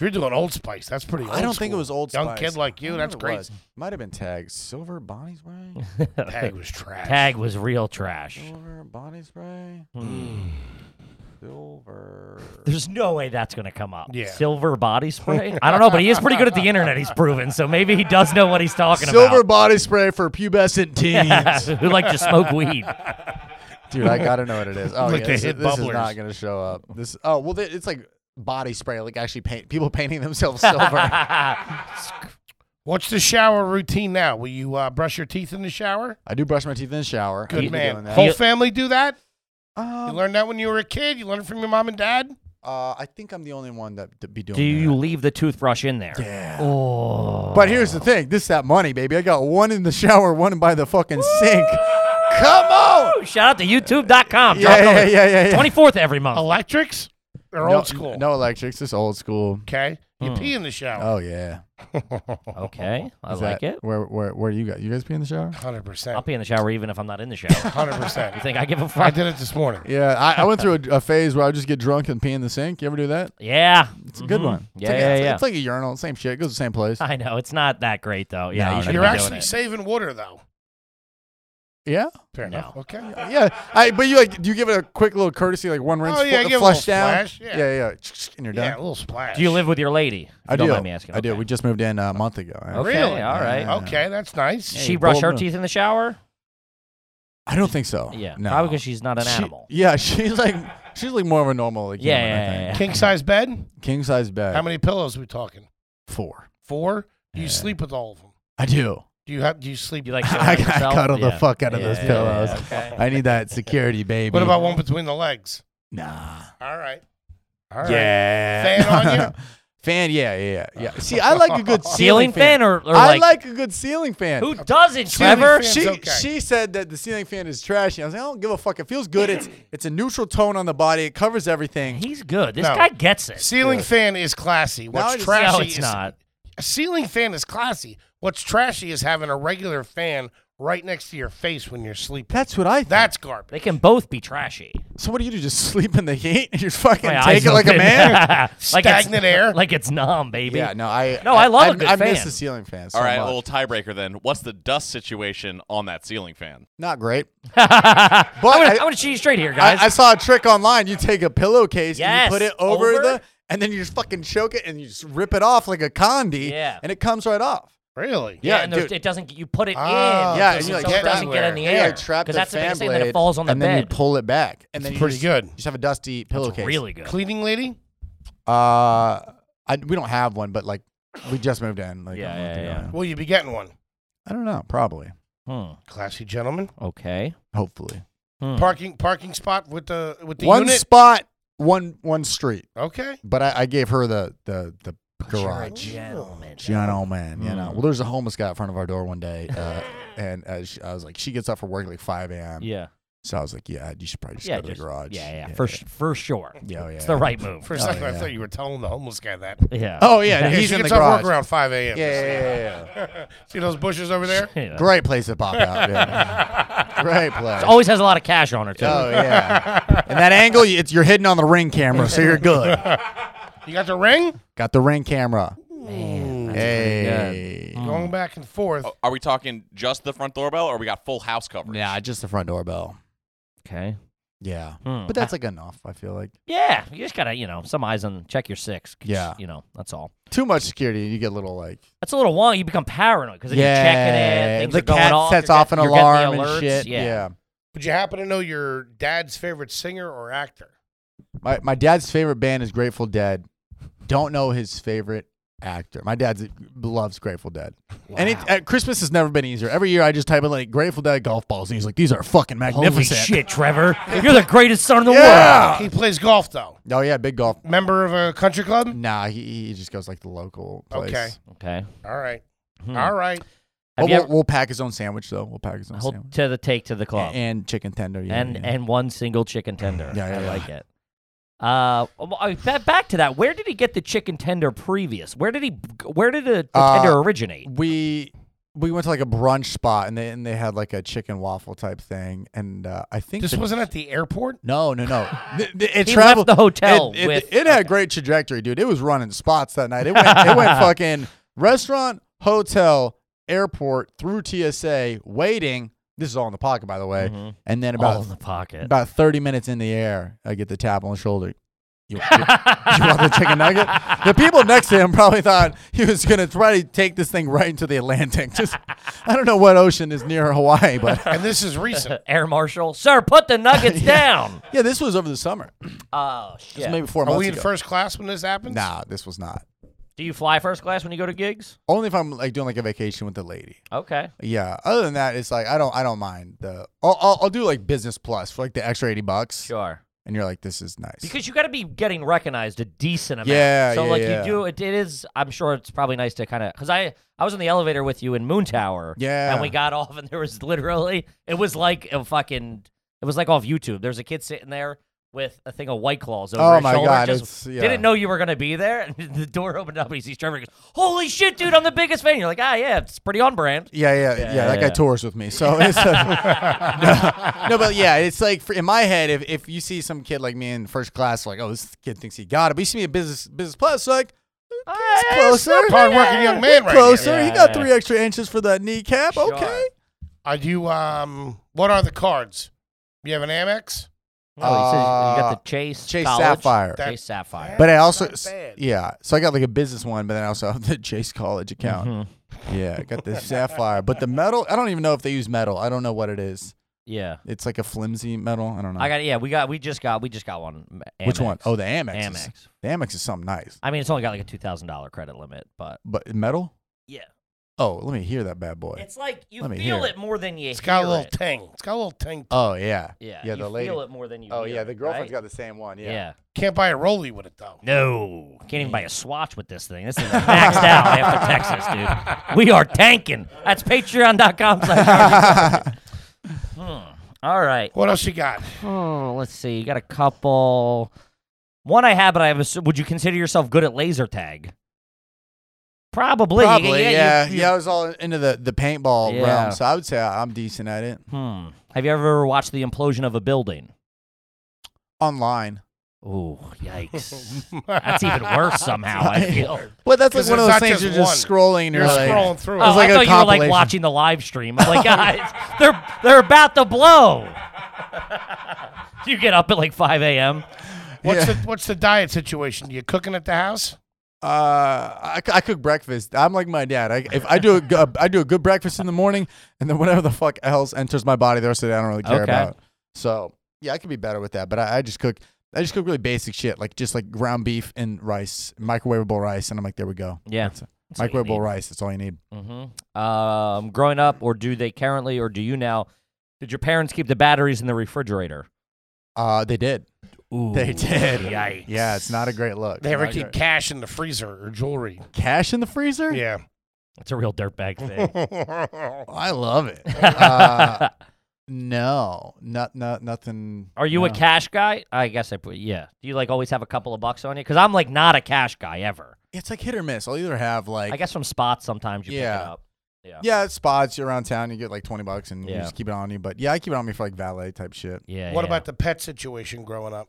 If you're doing Old Spice, that's pretty. Old I don't think it school. was Old Young Spice. kid like you, I don't that's remember what it crazy. was. Might have been Tag. Silver body spray. (laughs) Tag was trash. (laughs) Tag was real trash. Silver body spray. Hmm. Silver. There's no way that's going to come up. Yeah. Silver body spray? I don't know, but he is pretty good at the internet, he's proven. So maybe he does know what he's talking Silver about. body spray (laughs) for pubescent teens. (laughs) Who like to smoke weed. Dude, I gotta know what it is. Oh, Like yeah, they this, hit this is bubblers. not gonna show up. This. Oh well, th- it's like body spray. Like actually, paint people painting (laughs) themselves silver. What's the shower routine now? Will you uh, brush your teeth in the shower? I do brush my teeth in the shower. I Good do be doing man. that. Whole family do that? You Um, learned that when you were a kid? You learned it from your mom and dad? uh, I think I'm the only one that that be doing. Do you that. leave the toothbrush in there? Yeah. Oh. But here's the thing. This is that money, baby. I got one in the shower, one by the fucking sink. Come on. Shout out to YouTube.com. Yeah, yeah, yeah, yeah, yeah. 24th every month. Electrics? They're No- old school. No electrics. This old school. Okay. You Hmm. pee in the shower. Oh yeah. Okay, I Oh. Is like that- it. Where where where you got you guys pee in the shower? 100%. (laughs) I'll be in the shower even if I'm not in the shower. Hundred you percent. think I give a I fuck? did it this morning. Yeah, I, I went through a, a phase where I would just get drunk and pee in the sink. You ever do that? Yeah, It's a good Mhm. one. It's Yeah, like yeah, a, it's, yeah. It's like a urinal. Same shit. It goes to the (laughs) same place. I know it's not that great though. Yeah, No, you no, should no. You're be actually doing it. saving water though. Yeah. Fair No. enough. Okay. Yeah. I, but you like do you give it a quick little courtesy like one rinse, Oh, yeah, fl- give it a flush little down. splash, yeah. yeah, yeah. And you're done. Yeah, a little splash. Do you live with your lady? If I you don't do. mind me asking. I do. Okay. We just moved in uh, a month ago. Okay, Really? All right. Yeah. Okay, that's nice. She brush bold her move. teeth in the shower. I don't think so. Yeah, No. probably because she's not an She- animal. yeah, (laughs) she's like she's like more of a normal like Yeah, human, I yeah, think. yeah, King size bed. King size bed. How many pillows we talking? Four. Four. Do you sleep with all of them? (laughs) I do. Do you have? Do you sleep? You like I, shit on I yourself? cuddle the Yeah. fuck out of Yeah, those yeah, pillows. yeah, okay. I need that security, baby. what about one between the legs? Nah. All right. All right. (laughs) Yeah. Fan on you? fan, yeah, yeah, yeah. (laughs) yeah. See, I like a good Ceiling fan or, or I like, like a good ceiling fan. who doesn't? Ceiling Trevor. fan. she Fan's okay. she said that the ceiling fan is trashy. I was like, I don't give a fuck. It feels (clears throat) good. It's it's a neutral tone on the body. It covers everything. He's good. This No. guy gets it. Ceiling fan is classy. What's I just- trashy no, it's is not. a ceiling fan is classy. What's trashy is having a regular fan right next to your face when you're sleeping. That's what I think. That's garbage. They can both be trashy. so what do you do? Just (laughs) sleep in the heat? You fucking My take eyes it like a open. man? like it's- Stagnant air. Like it's numb, baby. yeah, no, I No, I love a I, good I miss fan. the ceiling fan. So All right, much. little tiebreaker then. What's the dust situation on that ceiling fan? not great. I'm gonna, I- I'm gonna shoot you straight here, guys. I, I saw a trick online. You take a pillowcase Yes, and you put it over, over. the, and then you just fucking choke it and you just rip it off like a condi, Yeah. and it comes right off. Really? Yeah, and there's- dude. it doesn't. You put it Ah, in. Yeah, so and it's you like so it trapped doesn't get in everywhere. the Oh. Yeah, air. you trap the Because that's the fan biggest thing, blade, then it falls on the and then you bed. pull it back, and then you pretty just, good. You just have a dusty It's pillowcase. really good. Cleaning lady? Uh, I, we don't have one, but like we just moved in. Like, a Yeah, month yeah, ago. yeah. Will you be getting one? I don't know. Probably, Hmm. Classy gentleman. Okay. hopefully, Hmm. Parking parking spot with the with the one unit. spot, one one street. okay. But I, I gave her the the the garage. Gentlemen. John, oh man, you know. Mm. Well, there's a homeless guy out front of our door one day, (laughs) uh, and uh, she, I was like, she gets up for work at like 5 a.m. Yeah. So I was like, yeah, you should probably just Yeah. go to just- the garage. Yeah, yeah. For sh- for sure. yeah, oh, yeah. It's the right move. For a Oh, second, I yeah. thought you were telling the homeless guy that. (laughs) Yeah. (laughs) Oh yeah, Yeah, he's she in the gets up work garage. around 5 a.m. Yeah, yeah, yeah, (laughs) See those bushes over there? (laughs) Yeah. Great place to pop out. Yeah. (laughs) Great place. Always has a lot of cash on her too. Oh yeah. And that angle, it's you're hitting on the ring camera, so (laughs) you're good. You got the ring? Got the ring camera. Mm. Hey. Oh, Going back and forth. Oh. Are we talking just the front doorbell, or we got full house coverage? Yeah, just the front doorbell. Okay. Yeah. Hmm. But that's like enough. I feel like Yeah, you just gotta, you know, some eyes on check your six. 'cause, Yeah. you know, that's all. too much security. You get a little like That's a little wonky. You become paranoid because you're checking it, things the are going cat off. sets you're off an get- you're getting alarm the and alerts, shit. Yeah. Would you happen to know your dad's favorite singer or actor? My my dad's favorite band is Grateful Dead. Don't know his favorite actor. My dad's loves Grateful Dead. And it, at Christmas has never been easier. Every year I just type in like Grateful Dead golf balls, and he's like, "These are fucking Holy magnificent." shit, Trevor! You're the greatest son in the (laughs) Yeah. He plays golf, though. Oh yeah, big golf. Member of a country club? Nah, he, he just goes like the local place. Okay. world. Okay. All right. Hmm. All right. Well, Have you Oh, we'll, ever- we'll pack his own sandwich though. We'll pack his own Hold sandwich to the take to the A- club, and chicken tender. Yeah, and yeah. and one single (clears throat) chicken tender. Yeah, yeah, I yeah. like it. Uh, well, I- that, back to that. Where did he get the chicken tender previous? Where did he? Where did the, the Uh, tender originate? we we went to like a brunch spot and they and they had like a chicken waffle type thing and uh, I think This the- wasn't at the (laughs) airport? no (laughs) no no Th- th- it He traveled left the hotel it, it, with. it had a great trajectory dude it was running spots that night it went (laughs) it went fucking restaurant hotel airport through TSA waiting this is all in the pocket by the way Mhm. and then all about in the pocket. about thirty minutes in the air I get the tap on the shoulder. You, you- you want the chicken (laughs) nugget? The people next to him probably thought he was gonna try to take this thing right into the Atlantic. Just I don't know what ocean is near (laughs) Hawaii, but And this is recent. Uh, Air Marshal, sir, put the nuggets down. (laughs) yeah, this was over the summer. Oh This shit! was maybe four Are months we in ago. first class when this happens? nah, this was not. Do you fly first class when you go to gigs? Only if I'm like doing like a vacation with a lady. Okay. Yeah. Other than that, it's like I don't I don't mind the. I'll, I'll, I'll do like business plus for like the extra eighty bucks, Sure. and you're like, this is nice. Because you got to be getting recognized a decent amount. Yeah, So yeah, like yeah. you do it, it is. I'm sure it's probably nice to kind of because I I was in the elevator with you in Moon Tower. Yeah. And we got (laughs) off, and there was literally it was like a fucking it was like off YouTube. There's a kid sitting there with a thing of white claws over Oh his my shoulder. God, just it's- yeah. Didn't know you were gonna be there. (laughs) And the door opened up, and he sees Trevor. and Goes, Holy shit, dude! I'm the biggest fan. You're like, ah, yeah, it's pretty on brand. Yeah, yeah, yeah. that guy yeah. tours with me, so (laughs) it's uh, no, no, but yeah, it's like for, in my head, if, if you see some kid like me in first class, like, oh, this kid thinks he got it, but you see me in business business plus, like, Ah, yeah, closer, Hard-working young man right closer, here. he Yeah, got yeah. three extra inches for that kneecap. Sure. Okay, Are you, um, what are the cards? You have an Amex? No, he said you Uh, got the Chase Chase College, Sapphire. That- Chase Sapphire. but I also, not bad. yeah, so I got like a business one, but then I also have the (laughs) Chase College account. Mm-hmm. Yeah, I got the sapphire, but the metal, I don't even know if they use metal. I don't know what it is. Yeah. It's like a flimsy metal. I don't know. I got yeah, we got we just got we just got one. m- Which one? Amex. Oh, the Amex. is- Amex. the Amex is something nice, I mean, it's only got like a two thousand dollar credit limit, but but metal. yeah, Oh, let me hear that bad boy. it's like you Let me feel hear it more than you It's got a hear little it. ting. It's got a little ting. oh yeah. yeah, Yeah, you the lady. feel it more than you. Oh hear yeah, it, the girlfriend's right? got the same one. Yeah. Can't buy a rollie with it, though. No, can't even buy a swatch with this thing. This thing is maxed out after Texas, (laughs) dude. We are tanking. That's Patreon.com. slash (laughs) Hmm. All right. What else you got? Oh, let's see. You got a couple. One I have, but I have. A, s- would you consider yourself good at laser tag? Probably. You- Probably, yeah. you- Yeah, you- I was all into the, the paintball Yeah. realm, so I would say I- I'm decent at it. Hmm. Have you ever watched the implosion of a building? Online. Ooh, yikes! That's even (laughs) worse somehow. I feel. But that's like 'Cause one of it's not those things just you're just one. scrolling and You're you're like, scrolling through Oh, it. It's like I thought a you were like compilation. watching the live stream. I'm (laughs) like, guys, they're they're about to blow. you get up at like 5 a.m. What's Yeah. the what's the diet situation? You cooking at the house? Uh, I, c- I cook breakfast. I'm like my dad. I, if I do a, go- I do a good breakfast in the morning, and then whatever the fuck else enters my body the rest of the day, I don't really care Okay. about. So yeah, I could be better with that. But I, I just cook. I just cook really basic shit, like just like ground beef and rice, microwavable rice, and I'm like, there we go. Yeah. That's it. microwavable rice. That's all you need. Mm-hmm. Um, growing up, or do they currently, or do you now? Did your parents keep the batteries in the refrigerator? Uh, they did. Ooh, They did. Yikes. Yeah, it's not a great look. They ever Not keep great. cash in the freezer or jewelry? cash in the freezer? Yeah. It's a real (laughs) dirtbag thing. (laughs) (laughs) I I love it. Uh, no, not not nothing. Are you a no. cash guy? I guess I put yeah. Do you like always have a couple of bucks on you? Because I'm like not a cash guy ever. It's like hit or miss. I'll either have like I guess from spots sometimes you pick it Yeah. up. Yeah. yeah, it's spots you're around town, you get like twenty bucks, and you Yeah. just keep it on you. But yeah, I keep it on me for like valet type shit. Yeah. what yeah. about the pet situation growing up?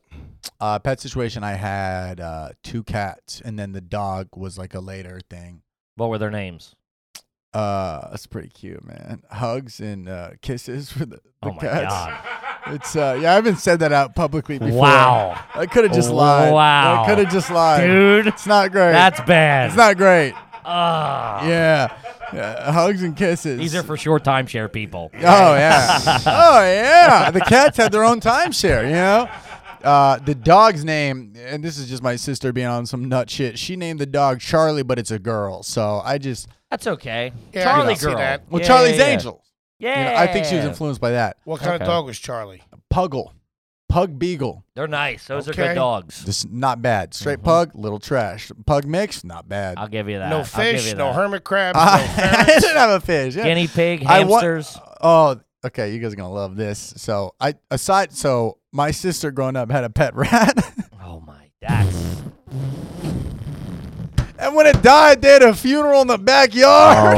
Uh, pet situation. I had uh, two cats, and then the dog was like a later thing. what were their names? Uh, that's pretty cute, man. Hugs and uh, kisses for the, the Oh my cats. god. (laughs) It's uh, yeah, I haven't said that out publicly before. Wow. I could have just lied. Wow. I could have just lied. (laughs) Dude. It's not great. That's bad. it's not great. Ah. Yeah. Yeah, hugs and kisses. These are for short timeshare people. Oh yeah. (laughs) oh yeah. The cats had their own timeshare, you know. Uh, the dog's name, and this is just my sister being on some nut shit. She named the dog Charlie, but it's a girl. So I just That's okay. Yeah, I Charlie can see girl. that. well, Yeah, Charlie's yeah, yeah. Angels. Yeah. You know, I think she was influenced by that. What kind Okay. of dog was Charlie? Puggle, pug beagle, They're nice. Those are Okay. good dogs. just not bad. Straight pug, little trash. Pug mix, not bad. Mm-hmm. I'll give you that. No I'll give fish, you no that. hermit crabs, no (laughs) I ferrets. didn't have a fish. Yeah. Guinea pig, I wa- hamsters. Oh, okay. You guys are gonna love this. So I aside, so my sister growing up had a pet (laughs) rat, oh my. That's. and when it died, they had a funeral in the backyard.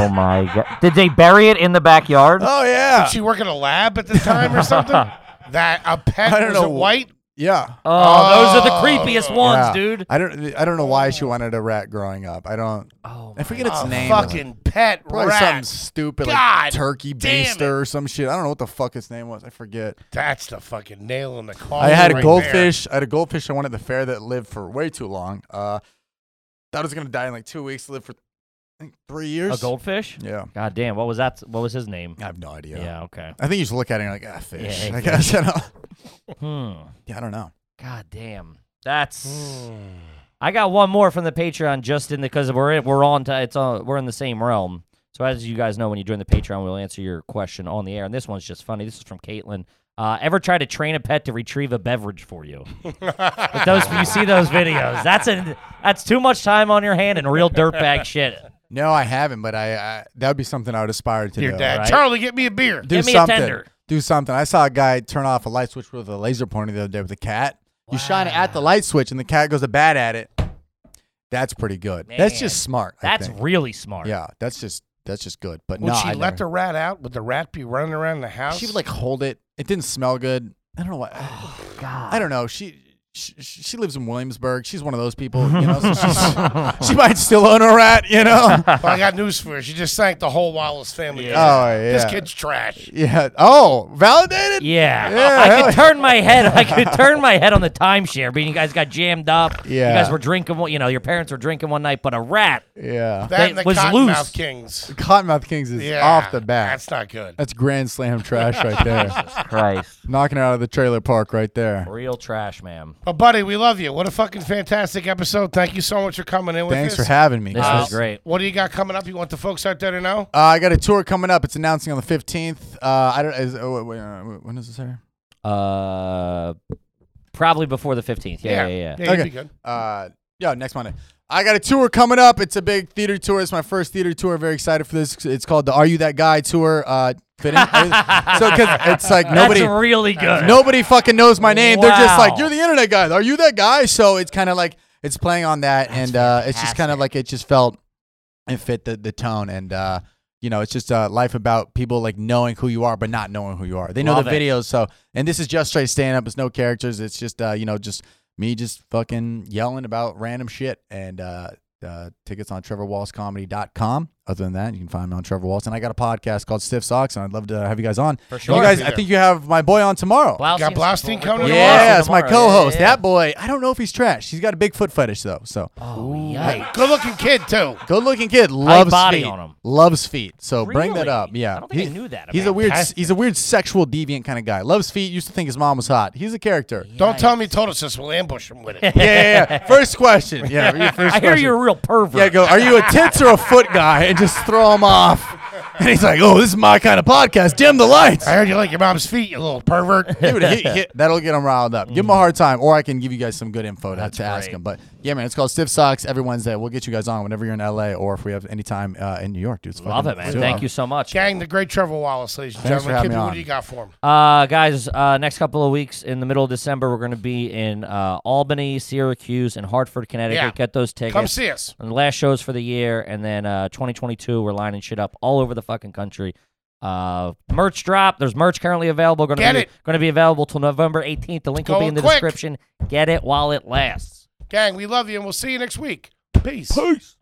(laughs) Oh my god. Did they bury it in the backyard? (laughs) Oh, yeah, She work in a lab at the time or something? (laughs) That a pet I don't was a know. white? yeah. Oh, those are the creepiest ones, Yeah. dude. I don't. I don't know why she wanted a rat growing up. I don't. Oh, I forget its a name. fucking pet Probably rat. something stupid God like turkey damn it. baster or some shit. I don't know what the fuck its name was. I forget. That's the fucking nail in the coffin. I had a Oh, right goldfish. I had a goldfish I won at the fair that lived for way too long. Uh, thought it was gonna die in like two weeks. Lived for I think three years. a goldfish? Yeah. God damn. What was that? What was his name? I have no idea. Yeah. okay. I think you just look at it and you're like, ah, fish. Yeah, I guess. (laughs) I don't, Hmm. yeah, I don't know. God damn. That's. there. Hmm. Mm. I got one more from the Patreon just in because we're we're on to it's on we're in the same realm. So as you guys know, when you join the Patreon, we'll answer your question on the air. And this one's just funny. This is from Caitlin. Uh, ever try to train a pet to retrieve a beverage for you? But those you see those videos. That's a that's too much time on your hand and real dirtbag shit. No, (laughs) I haven't, but I, I that would be something I would aspire to Your do. dad, right. Charlie, get me a beer. Do Give me a something. tender. Do something. I saw a guy turn off a light switch with a laser pointer the other day with a cat. You shine it at the light switch and the cat goes to bat at it. That's pretty good. That's Man. just smart. I That's think. really smart. yeah. That's just that's just good. But Would no, she I let never- the rat out? Would the rat be running around the house? She would like hold it. It didn't smell good. I don't know why. Oh, God. I don't know. She, she she lives in Williamsburg. She's one of those people, you (laughs) know. So she's, she might still own a rat, you know. oh Well, I (laughs) got news for you. She just sank the whole Wallace family. yeah. This kid's trash. Yeah. Oh, validated. Yeah. Yeah, I hell could turn my head. I could turn my head on the timeshare, but you guys got jammed up. You Yeah. guys were drinking. one- You know, your parents were drinking one night, but a rat. Yeah. That They- and the was Cottonmouth loose. Kings. Cottonmouth Kings is Yeah, off the bat. That's, That's not good. grand slam trash (laughs) right there. Christ. Knocking it out of the trailer park right there. Real trash, man. But buddy, we love you. What a fucking fantastic episode. Thank you so much for coming in with Thanks for this. having me. This guys. was great. What do you got coming up? You want the folks out there to know? Uh, I got a tour coming up. It's announcing on the 15th. Uh, I don't. Is, oh, wait, wait, uh, when is this air? Uh, probably before the fifteenth. Yeah, yeah, yeah. you'd Okay. be good. Uh, yeah, next Monday. I got a tour coming up. It's a big theater tour. It's my first theater tour. Very excited for this. It's called the Are You That Guy tour. Uh, fit in. so 'cause it's like nobody. That's really good. Nobody fucking knows my name. They're just Wow. like, you're the internet guy. Are you that guy? So it's kind of like it's playing on that, and uh, it's just kind of like it just felt it fit the the tone, and uh, you know, it's just uh, life about people like knowing who you are, but not knowing who you are. They know Love the it. videos, so and this is just straight stand up. It's no characters. It's just uh, you know, just me just fucking yelling about random shit and. Uh, uh, tickets on trevorwallscomedy.com. other than that, you can find me on Trevor Waltz, and I got a podcast called Stiff Socks, and I'd love to have you guys on. For You sure. guys, I think you have my boy on tomorrow. Got Blaustein coming tomorrow. Yeah, Yeah, it's my co-host. That boy, I don't know if he's trash. He's got a big foot fetish though, so Oh, Hey, yikes. good looking kid, too. good-looking kid. Loves body feet. on him. Loves feet. So bring that Really? up. Yeah, I don't think I knew that He's a about weird. Fantastic. He's a weird sexual deviant kind of guy. Loves feet. Used to think his mom was hot. He's a character. Don't tell him he told us this. We'll ambush him with (laughs) it. Yeah, yeah, (laughs) yeah. First question. Yeah, your first I hear question. you're a real pervert. Yeah, go. (laughs) Are you a tits or a foot guy? And just throw him off. And he's like, "Oh, this is my kind of podcast. Dim the lights." I heard you like your mom's feet, you little pervert. Dude, he- he- (laughs) that'll get him riled up. Give him a Mm-hmm. hard time, or I can give you guys some good info to, to ask him. But yeah, man, it's called Stiff Socks every Wednesday. We'll get you guys on whenever you're in LA, or if we have any time uh, in New York, dude. It's Love fucking- it, man. dude, Thank um, you so much. Gang, the great Trevor Wallace, ladies and Thanks for gentlemen. having Kid, me what on. do you got for him? Uh, guys, uh, next couple of weeks in the middle of December, we're going to be in uh, Albany, Syracuse, and Hartford, Connecticut. Yeah. Get those tickets. Come see us. And the last shows for the year, and then uh, 2022, we're lining shit up all over the fucking country. Uh, merch drop. There's merch currently available. Going to Get be it. going to be available till November 18th. The link will be going in the quick. description. Get it while it lasts. Gang, we love you and we'll see you next week. Peace. Peace.